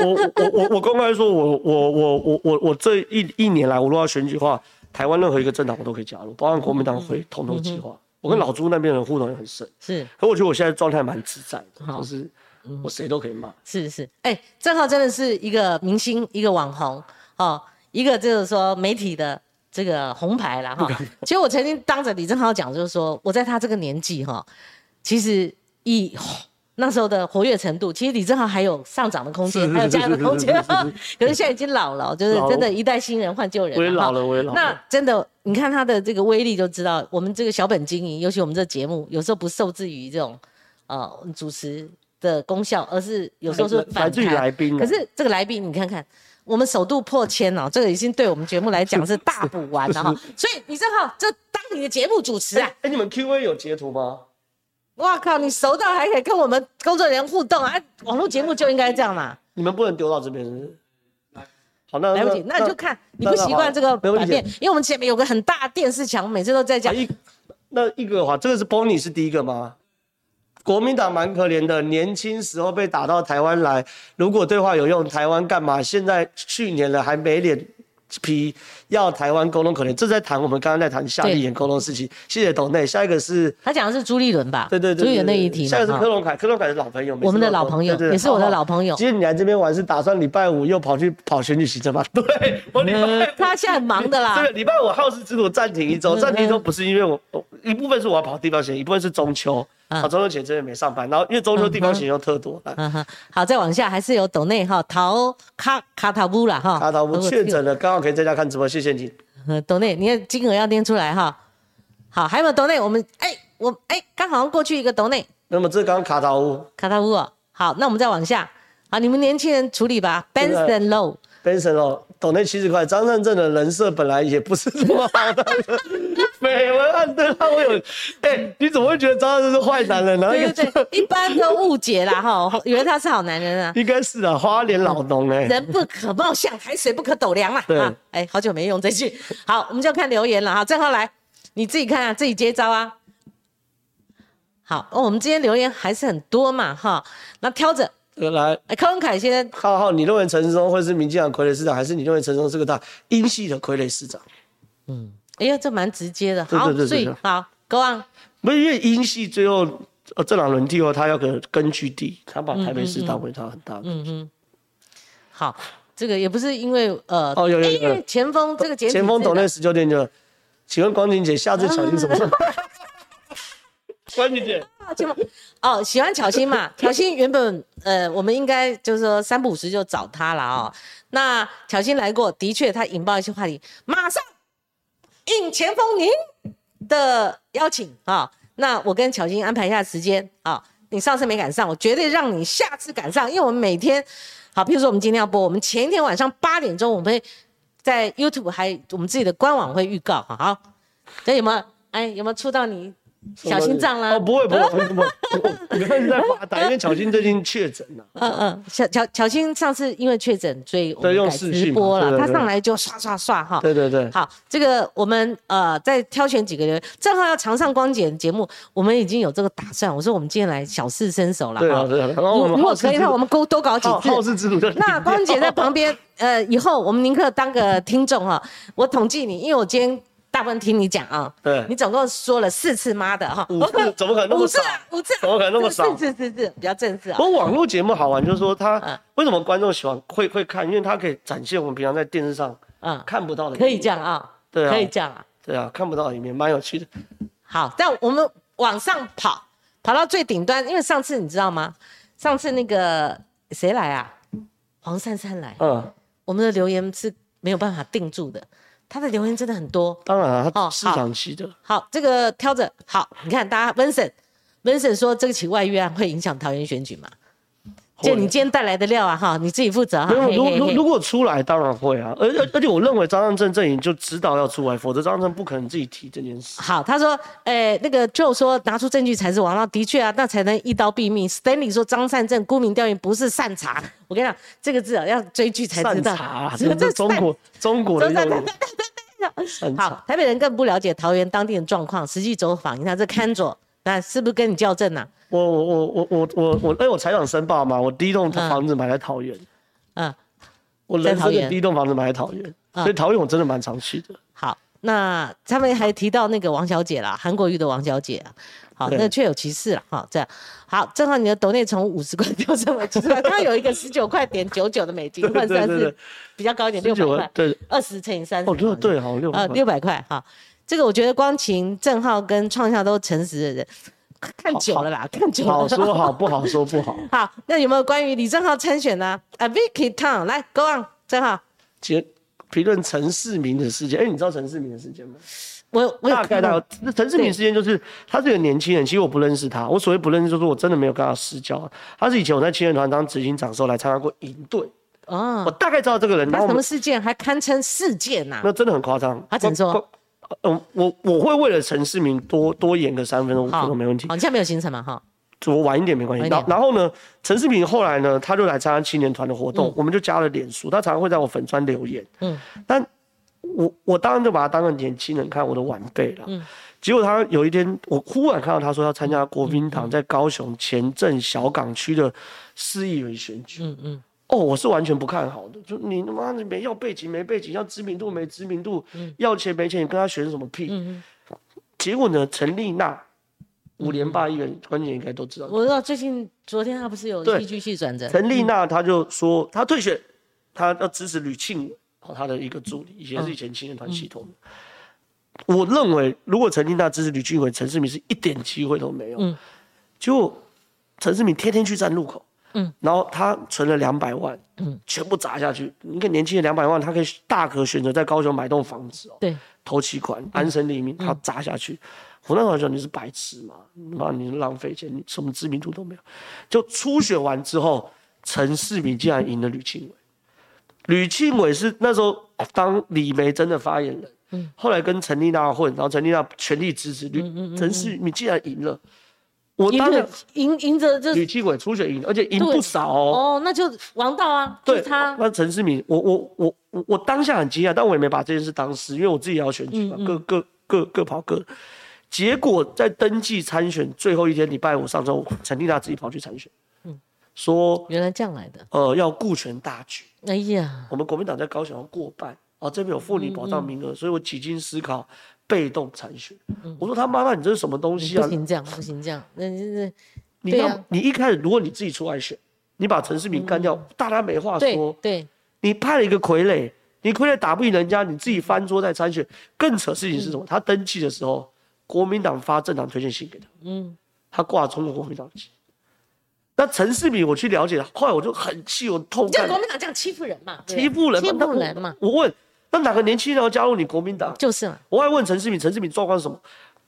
Speaker 2: 我我我公开说我，我我我我我这一一年来，我如果要选举的话，台湾任何一个政党我都可以加入，包含国民党会统统
Speaker 1: 嗯
Speaker 2: 计划。我跟老朱那边的互动也很深，
Speaker 1: 是
Speaker 2: 可我觉得我现在状态蛮自在的，
Speaker 1: 好嗯
Speaker 2: 就是我谁都可以骂。
Speaker 1: 是是，哎，郑浩真的是一个明星，一个网红哦，一个就是说媒体的这个红牌了哈。其实我曾经当着李正浩讲，就是说我在他这个年纪哈，其实以那时候的活跃程度，其实李正浩还有上涨的空间，
Speaker 2: 是
Speaker 1: 还有加油的空间
Speaker 2: 是是 是。
Speaker 1: 可是现在已经老了，就是
Speaker 2: 老
Speaker 1: 真的，
Speaker 2: 了
Speaker 1: 一代新人换旧人。
Speaker 2: 我也
Speaker 1: 哈
Speaker 2: 老了，我也老
Speaker 1: 那
Speaker 2: 了。
Speaker 1: 真的，你看他的这个威力就知道，我们这个小本经营，尤其我们这节目，有时候不受制于这种呃主持的功效，而是有时候是
Speaker 2: 来来
Speaker 1: 反
Speaker 2: 自于
Speaker 1: 弹
Speaker 2: 来宾啊
Speaker 1: 可是这个来宾，你看看，我们首度破千哦，这个已经对我们节目来讲是大补完了哈。所以你正好这当你的节目主持啊
Speaker 2: 哎，、你们 Q A 有截图吗？
Speaker 1: 哇靠，你熟到还可以跟我们工作人员互动啊！哎网络节目就应该这样嘛，
Speaker 2: 你们不能丢到这边是不是好，那
Speaker 1: 来不及，那你就看你不习惯这个
Speaker 2: 没问
Speaker 1: 版
Speaker 2: 题
Speaker 1: 面，因为我们前面有个很大的电视墙，每次都在讲
Speaker 2: 啊。一那一个的话，这个是 Bonnie 是第一个吗？国民党蛮可怜的，年轻时候被打到台湾来，如果对话有用，台湾干嘛？现在去年了还没脸皮要台湾沟通可怜，这在谈我们刚刚在谈夏立言沟通的事情。谢谢董内，下一个是。
Speaker 1: 他讲的是朱立伦吧？
Speaker 2: 对对对，
Speaker 1: 朱立
Speaker 2: 对
Speaker 1: 伦那一题
Speaker 2: 下一个是
Speaker 1: 嘛
Speaker 2: 柯
Speaker 1: 哈
Speaker 2: 隆凯，柯隆凯是老朋友，每次
Speaker 1: 我们的
Speaker 2: 都有
Speaker 1: 老朋友
Speaker 2: 对对对
Speaker 1: 也是我的老朋友
Speaker 2: 好好今天你来这边玩是打算礼拜五又跑去跑选举行政吗？ 对，我礼拜
Speaker 1: 呃他现在忙的啦嗯
Speaker 2: 这个。礼拜我好事之徒暂停一周，暂停一周不是因为我我一部分是我要跑地方选，一部分是中秋，
Speaker 1: 嗯
Speaker 2: 啊，中秋节这边没上班，然后因为中秋地方选又特多，来
Speaker 1: 嗯哼，好，再往下还是有抖内哈，陶卡卡塔布啦哈，
Speaker 2: 阿桃我确诊了，刚好可以在家看直播，谢谢你。
Speaker 1: 呃，抖内，你的金额要念出来哈。好，还有没有抖内？我们哎、我哎，刚、好像过去一个抖内
Speaker 2: 那么这刚刚卡桃屋
Speaker 1: 卡塔乌哦。好，那我们再往下。好，你们年轻人处理吧。
Speaker 2: 这个
Speaker 1: Benson Low，
Speaker 2: Benson 哦，抖内七十块，张善政的人设本来也不是什么好的， 绯闻案对他会有，哎、你怎么会觉得张善政是坏男人呢？
Speaker 1: 对对对，一般都误解啦哈，以为他是好男人啊。
Speaker 2: 应该是啊，花莲老农哎、
Speaker 1: 人不可貌相，海水不可斗量嘛。
Speaker 2: 对
Speaker 1: 啊，哎、好久没用这句。好，我们就看留言了哈。正浩来，你自己看啊，自己接招啊。好，哦，我们今天留言还是很多嘛哈。那挑着，
Speaker 2: 欸，来。
Speaker 1: 哎，柯文凯先生
Speaker 2: 浩浩，你认为陈时中会是民进党傀儡市长，还是你认为陈时中是个大英系的傀儡市长？
Speaker 1: 哎呀，这蛮直接的。
Speaker 2: 对
Speaker 1: 好，
Speaker 2: 对对对
Speaker 1: 所以
Speaker 2: 对
Speaker 1: 好，Go on。
Speaker 2: 不是因为英系最后呃政党轮替后，他要个根据地，他把台北市当为他很大的。
Speaker 1: 嗯好，这个也不是因为呃，
Speaker 2: 哦有有有
Speaker 1: 哎
Speaker 2: 有
Speaker 1: 前锋这个简体
Speaker 2: 前锋
Speaker 1: 字啊
Speaker 2: 董
Speaker 1: 的
Speaker 2: 内十九点九，请问光晴姐，下次小心什么时 候？光晴姐，
Speaker 1: 啊前锋哦，喜欢巧心 嘛？巧心原本呃，我们应该就是说三不五时就找他了哦。那巧心来过，的确他引爆一些话题，马上应前锋您的邀请啊、那我跟巧心安排一下时间啊、你上次没赶上，我绝对让你下次赶上，因为我们每天好，譬如说我们今天要播，我们前一天晚上八点钟我们会。在 YouTube 还我们自己的官网会预告哈，好，这有没有？哎，有没有触到你小心脏啦？
Speaker 2: 哦，不会不会，我我我我刚是在发呆，因为巧心最近确诊啊
Speaker 1: 嗯
Speaker 2: 了。
Speaker 1: 嗯，小乔乔欣上次因为确诊，所以我
Speaker 2: 对
Speaker 1: 们
Speaker 2: 用
Speaker 1: 改
Speaker 2: 视
Speaker 1: 直
Speaker 2: 讯嘛
Speaker 1: 播
Speaker 2: 对
Speaker 1: 了。
Speaker 2: 对
Speaker 1: 他
Speaker 2: 对
Speaker 1: 上来就刷刷刷哈。
Speaker 2: 对对对，
Speaker 1: 好，这个我们呃再挑选几个人，正好要常上光姐的节目，我们已经有这个打算。我说我们今天来小试身手了
Speaker 2: 对啊
Speaker 1: 哈。
Speaker 2: 对啊。然后
Speaker 1: 如
Speaker 2: 我们
Speaker 1: 如
Speaker 2: 好
Speaker 1: 果
Speaker 2: 事
Speaker 1: 可以
Speaker 2: 之
Speaker 1: 的话，我
Speaker 2: 徒，
Speaker 1: 们勾多搞几
Speaker 2: 好
Speaker 1: 次。
Speaker 2: 好事之徒就
Speaker 1: 那光姐在旁 边，呃，以后我们宁可当个听众哈。我统计你，因为我今天大部分听你讲啊，
Speaker 2: 对
Speaker 1: 你总共说了四次妈的哈，
Speaker 2: 五次怎么可能那么
Speaker 1: 五次
Speaker 2: 少？
Speaker 1: 啊，五次啊，
Speaker 2: 怎么可能那么少
Speaker 1: 是是是是，比较正式啊
Speaker 2: 不。过网络节目好玩，就是说
Speaker 1: 嗯
Speaker 2: 它为什么观众喜欢会会看，因为它可以展现我们平常在电视上
Speaker 1: 嗯，
Speaker 2: 看不到的，
Speaker 1: 可以这样啊，
Speaker 2: 对啊
Speaker 1: 可以这样啊。
Speaker 2: 对啊，看不到的一面，蛮有趣的。
Speaker 1: 好，但我们往上跑，跑到最顶端，因为上次你知道吗？上次那个谁来啊？黄珊珊来，
Speaker 2: 嗯，
Speaker 1: 我们的留言是没有办法定住的，她的留言真的很多。
Speaker 2: 当然啊，
Speaker 1: 哦
Speaker 2: 它市场期的，
Speaker 1: 好，这个挑着好，你看大家 Vincent。Vincent 说：“这个起外遇案会影响桃园选举吗？就你今天带来的料啊，哈，你自己负责哈。
Speaker 2: 没有，如
Speaker 1: 嘿嘿
Speaker 2: 如
Speaker 1: 嘿
Speaker 2: 如果出来，当然会啊。而而而且我认为张善政阵营就知道要出来，否则张善政不可能自己提这件事。
Speaker 1: 好，他说，诶、那个 Joe 说拿出证据才是王道，的确啊，那才能一刀毙命。Stanley 说张善政沽名钓誉不是善茬，我跟你讲，这个字啊要追剧才知
Speaker 2: 善
Speaker 1: 道，
Speaker 2: 茶，
Speaker 1: 这
Speaker 2: 这
Speaker 1: 这
Speaker 2: 是中国中国的
Speaker 1: 中山
Speaker 2: 用语。善
Speaker 1: 好
Speaker 2: 茶，，
Speaker 1: 台北人更不了解桃园当地的状况，实际走访一下这看着，那是不是跟你校正啊呐、
Speaker 2: 我我我我我我，哎，我采访申报嘛，我第一栋房子买在桃园，
Speaker 1: 嗯，
Speaker 2: 我人
Speaker 1: 在
Speaker 2: 生
Speaker 1: 桃园
Speaker 2: 的第一栋房子买在桃园，
Speaker 1: 嗯
Speaker 2: 所以桃园我真的蛮常去的。
Speaker 1: 好，那他们还提到那个王小姐啦，韩国瑜的王小姐啊。好，
Speaker 2: 对
Speaker 1: 那确有其事了哈。这样好，正好你的抖内从五十块调整为七十块，它有一个十九块点九九的美金， 换算
Speaker 2: 对对
Speaker 1: 是
Speaker 2: 对
Speaker 1: 比较高一点，六
Speaker 2: 十
Speaker 1: 百
Speaker 2: 九
Speaker 1: 块，
Speaker 2: 对，
Speaker 1: 二十乘以三十，
Speaker 2: 哦，对对，好六
Speaker 1: 呃，
Speaker 2: 百块
Speaker 1: 六百块哈。这个我觉得光晴、郑浩跟创夏都诚实的人，看久了啦，看久了。
Speaker 2: 好说 好，不好说不好。
Speaker 1: 好，那有没有关于李正浩参选呢？啊，Vicky Tang 来 Go on，正浩，
Speaker 2: 结评论陈世民的事件，哎、你知道陈世民的事件吗？
Speaker 1: 我我有
Speaker 2: 大
Speaker 1: 看
Speaker 2: 概
Speaker 1: 到
Speaker 2: 大概，那陈世民事件就是他是个年轻人，其实我不认识他，我所谓不认识就是我真的没有跟他私交，啊他是以前我在青年团当执行长的时候来参加过营队，
Speaker 1: 哦
Speaker 2: 我，大概知道这个人，然
Speaker 1: 他
Speaker 2: 后
Speaker 1: 什
Speaker 2: 我
Speaker 1: 么
Speaker 2: 们
Speaker 1: 事件还堪称事件呐、
Speaker 2: 那真的很夸张，
Speaker 1: 他怎么说
Speaker 2: 我？我嗯，我我会为了陈世民多多演个三分钟，我
Speaker 1: 好，
Speaker 2: 觉得没问题
Speaker 1: 好，。你现在没有行程嘛？哈，
Speaker 2: 我晚一点没关系。
Speaker 1: 晚一点
Speaker 2: 然然后呢，陈世平后来呢，他就来参加青年团的活动，我们就加了脸书，他常常会在我粉专留言。
Speaker 1: 嗯嗯
Speaker 2: 嗯，但我我当然就把他当个年轻人看，我的晚辈了。
Speaker 1: 嗯
Speaker 2: 结果他有一天，我忽然看到他说要参加国民党在高雄前镇小港区的市议员选举。
Speaker 1: 嗯嗯，
Speaker 2: 哦，我是完全不看好的，就你他妈你没要背景没背景，要知名度没知名度，
Speaker 1: 嗯
Speaker 2: 要钱没钱，你跟他选什么屁？结果呢，陈丽娜五连霸议员，关键应该都知道。
Speaker 1: 我知道最近昨天他不是有
Speaker 2: 对
Speaker 1: 戏剧系转诊，
Speaker 2: 陈丽娜她就说她退选，她要支持吕庆伟，哦，她的一个助理，以前是以前青年团系统的。
Speaker 1: 嗯
Speaker 2: 我认为，如果陈丽娜支持吕庆伟，陈世明是一点机会都没有。
Speaker 1: 嗯
Speaker 2: 就陈世明天天去站路口，
Speaker 1: 嗯，
Speaker 2: 然后他存了两百万，
Speaker 1: 嗯，
Speaker 2: 全部砸下去。一个年轻人两百万，他可以大可选择在高雄买栋房子哦，
Speaker 1: 对，
Speaker 2: 投期款，安身立命，他砸下去。我那时候想你是白痴吗？妈，你浪费钱，你什么知名度都没有。就初选完之后，陈世明竟然赢了吕庆伟。吕庆伟是那时候哦当李梅珍的发言人，后来跟陈丽娜混，然后陈丽娜全力支持吕陈世明，竟然赢了。我
Speaker 1: 赢
Speaker 2: 当然
Speaker 1: 着赢赢着就
Speaker 2: 吕庆伟初选赢了，而且赢不少哦。
Speaker 1: 哦，那就王道啊，就
Speaker 2: 对
Speaker 1: 是，他，
Speaker 2: 那陈世明，我我我我我当下很惊讶，但我也没把这件事当事，因为我自己也要选举
Speaker 1: 嗯
Speaker 2: 嘛，各各各各跑各。结果在登记参选最后一天，礼拜五上周，陈丽娜自己跑去参选，
Speaker 1: 嗯
Speaker 2: 说
Speaker 1: 原来这样来的，
Speaker 2: 呃要顾全大局，
Speaker 1: 哎呀，
Speaker 2: 我们国民党在高雄要过半，哦，这边有妇女保
Speaker 1: 嗯
Speaker 2: 障名额，所以我几经思考被动参选。我说他妈那你这是什么东
Speaker 1: 嗯
Speaker 2: 西
Speaker 1: 不
Speaker 2: 啊？
Speaker 1: 行这样，不行这样，那那
Speaker 2: 你
Speaker 1: 对啊
Speaker 2: 让你一开始如果你自己出来选，你把陈世明干掉，大家没话
Speaker 1: 那对
Speaker 2: 说。
Speaker 1: 对，
Speaker 2: 你派了一个傀儡，你傀儡打不赢人家，你自己翻桌再参选。更扯事情是什么？他登记的时候，国民党发政党推荐信给他，
Speaker 1: 嗯，
Speaker 2: 他挂中国国民党籍。那陈世敏，我去了解，后来我就很气，我痛
Speaker 1: 就
Speaker 2: 干
Speaker 1: 国民党这样欺负人嘛，对不对
Speaker 2: 欺负人嘛，
Speaker 1: 欺
Speaker 2: 那
Speaker 1: 负
Speaker 2: 我
Speaker 1: 人嘛，。
Speaker 2: 我问，那哪个年轻人要加入你国民党？
Speaker 1: 就是嘛，
Speaker 2: 我还问陈世敏，陈世敏状况是什么？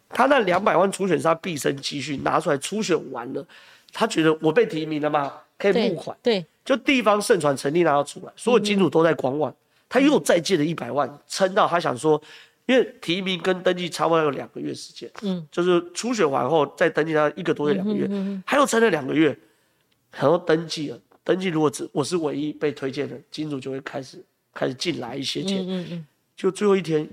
Speaker 2: 他那两百万初选是他毕生积蓄，拿出来初选完了，他觉得我被提名了嘛，可以募
Speaker 1: 对
Speaker 2: 款。
Speaker 1: 对，
Speaker 2: 就地方盛传陈丽娜要出来，所有金主都在观望，他又再借了一百万，撑到他想说，因为提名跟登记差不多有两个月时间，
Speaker 1: 嗯，
Speaker 2: 就是初选完后再登记，他一个多月两个月，他又撑了两个月，然后登记了，登记如果只我是唯一被推荐的，金主就会开始开始进来一些钱，
Speaker 1: 嗯嗯
Speaker 2: 就最后一天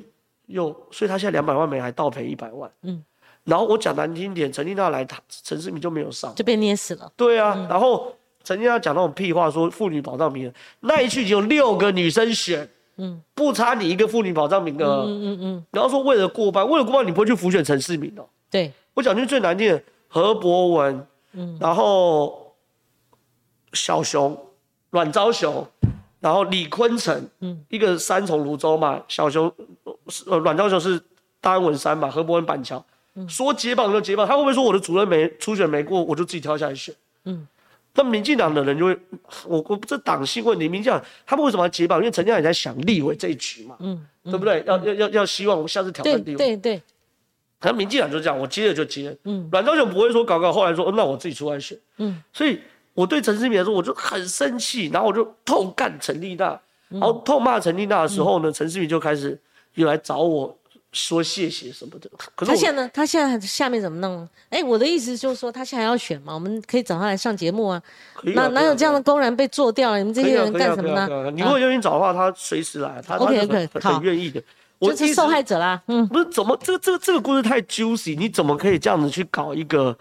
Speaker 2: 又，所以他现在两百万美还倒赔一百万，
Speaker 1: 嗯，
Speaker 2: 然后我讲难听一点，陈丽娜来，他陈世明就没有上
Speaker 1: 嗯，。就被捏死了，
Speaker 2: 对啊，然后曾经他讲那种屁话，说妇女保障名额那一区只有六个女生选，
Speaker 1: 嗯
Speaker 2: 不差你一个妇女保障名额。
Speaker 1: 嗯嗯嗯，
Speaker 2: 然后说为了过半，为了过半你不会去浮选陈世民哦。
Speaker 1: 对，
Speaker 2: 我讲句最难听的，何博文，
Speaker 1: 嗯
Speaker 2: 然后小熊、阮昭雄，然后李坤城，
Speaker 1: 嗯
Speaker 2: 一个三重泸州嘛，小熊呃阮昭雄是大安文山嘛，何博文板桥，
Speaker 1: 嗯
Speaker 2: 说解绑就解绑，他会不会说我的主任没初选没过，我就自己跳下来选？
Speaker 1: 嗯
Speaker 2: 那民进党的人就会，我我这党性问题，民进党他们为什么要解绑？因为陈家也在想立委这一局嘛，
Speaker 1: 嗯，
Speaker 2: 对不对？要要要要希望我们下次挑战
Speaker 1: 对
Speaker 2: 立委。
Speaker 1: 对对，
Speaker 2: 可能民进党就这样，我接了就接。
Speaker 1: 嗯
Speaker 2: 嗯，阮昭雄不会说搞搞，后来说、哦那我自己出来选。
Speaker 1: 嗯
Speaker 2: 嗯，所以我对陈世民来说，我就很生气，然后我就痛干陈丽娜，
Speaker 1: 嗯
Speaker 2: 然后痛骂陈丽娜的时候呢，陈世民就开始又来找我说谢谢什么的。可是
Speaker 1: 他
Speaker 2: 我
Speaker 1: 现在呢？他现在下面怎么弄？哎，我的意思就是说，他现在要选嘛，我们可以找他来上节目啊。
Speaker 2: 可以啊
Speaker 1: 哪
Speaker 2: 可以啊
Speaker 1: 哪有这样的公然被做掉了？你们这
Speaker 2: 可
Speaker 1: 些
Speaker 2: 以啊
Speaker 1: 人干什么
Speaker 2: 可以啊可以啊可以啊
Speaker 1: 呢？
Speaker 2: 你如果有心找的话，他随时来，他他
Speaker 1: OK，
Speaker 2: 很
Speaker 1: OK，
Speaker 2: 很
Speaker 1: 好
Speaker 2: 很愿意的。我
Speaker 1: 就是
Speaker 2: 一直
Speaker 1: 受害者啦，嗯，
Speaker 2: 不是怎么这个这个这个故事太 juicy，你怎么可以这样子去搞一个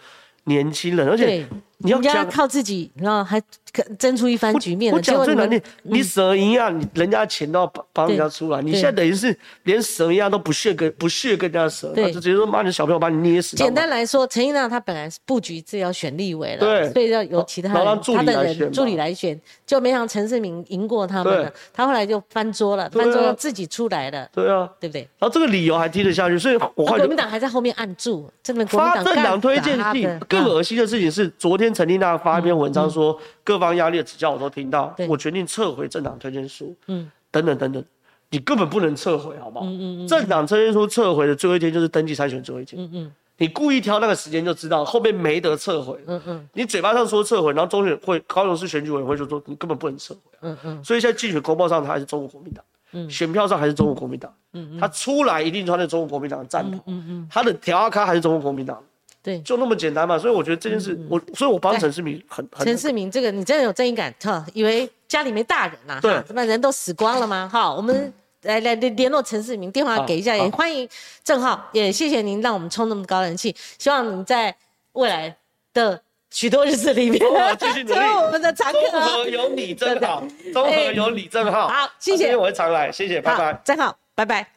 Speaker 2: 年轻人？而且
Speaker 1: 对，
Speaker 2: 你要
Speaker 1: 人家
Speaker 2: 讲
Speaker 1: 靠自己，然后还可争出一番
Speaker 2: 我
Speaker 1: 局面
Speaker 2: 我
Speaker 1: 了。结
Speaker 2: 讲
Speaker 1: 果
Speaker 2: 最
Speaker 1: 你
Speaker 2: 难
Speaker 1: 们嗯
Speaker 2: 听，你舍一样，你人家钱都要帮帮人家出来，你
Speaker 1: 对
Speaker 2: 现在等于是连舍一样都不屑跟不屑跟人家舍，
Speaker 1: 对
Speaker 2: 就直接说妈，你的小朋友把你捏死。
Speaker 1: 简单
Speaker 2: 知道吗，
Speaker 1: 来说，陈一娜她本来是布局自己要选立委了，
Speaker 2: 对
Speaker 1: 所以要由其他
Speaker 2: 然后让
Speaker 1: 人
Speaker 2: 助理
Speaker 1: 她的
Speaker 2: 来
Speaker 1: 人
Speaker 2: 选嘛
Speaker 1: 助理来选，就没想到陈世明赢过他们了
Speaker 2: 对。
Speaker 1: 他后来就翻桌了，
Speaker 2: 对
Speaker 1: 翻
Speaker 2: 啊
Speaker 1: 桌要自己出来了，
Speaker 2: 对啊，
Speaker 1: 对不对？
Speaker 2: 然后这个理由还听得下去，所以我
Speaker 1: 啊
Speaker 2: 后
Speaker 1: 国
Speaker 2: 来
Speaker 1: 民
Speaker 2: 就
Speaker 1: 党还在后面按住，真的国啊民
Speaker 2: 发
Speaker 1: 党
Speaker 2: 政党推荐
Speaker 1: 信
Speaker 2: 信。更恶心的事情是，昨天陈丽娜发一篇文章说，各方压力的指教我都听到
Speaker 1: 嗯对，
Speaker 2: 我决定撤回政党推荐书，
Speaker 1: 嗯
Speaker 2: 嗯，等等等等。你根本不能撤回，好不好？政党推荐书撤回的最后一天就是登记参选最后一天。
Speaker 1: 嗯嗯
Speaker 2: 你故意挑那个时间就知道后面没得撤回。
Speaker 1: 嗯嗯
Speaker 2: 你嘴巴上说撤回，然后中选会高雄市选举委员会就说你根本不能撤回，
Speaker 1: 嗯嗯，
Speaker 2: 所以现在竞选公报上他还是中国国民党，选票上还是中国国民党，
Speaker 1: 嗯
Speaker 2: 他出来一定穿着中国国民党的战袍，他的调咖还是中国国民党，
Speaker 1: 对。嗯
Speaker 2: 就那么简单嘛。所以我觉得这件事，我所以我帮陈世民很很
Speaker 1: 陈世明，这个你真的有正义感，哈，以为家里没大人呐、啊，
Speaker 2: 对
Speaker 1: 哈，怎么人都死光了吗？哈，我们来来联联络陈世明，电话
Speaker 2: 好
Speaker 1: 给一下，也
Speaker 2: 嗯好
Speaker 1: 欢迎郑浩，也谢谢您让我们冲那么高人气，希望你在未来的许多日子里面
Speaker 2: 我继续，努 力
Speaker 1: 成为我们的常客
Speaker 2: 综
Speaker 1: 啊。
Speaker 2: 合有你真好，综合有你真好。
Speaker 1: 好谢谢
Speaker 2: 今天我会常来，谢谢，拜拜
Speaker 1: 好。，郑浩，拜拜。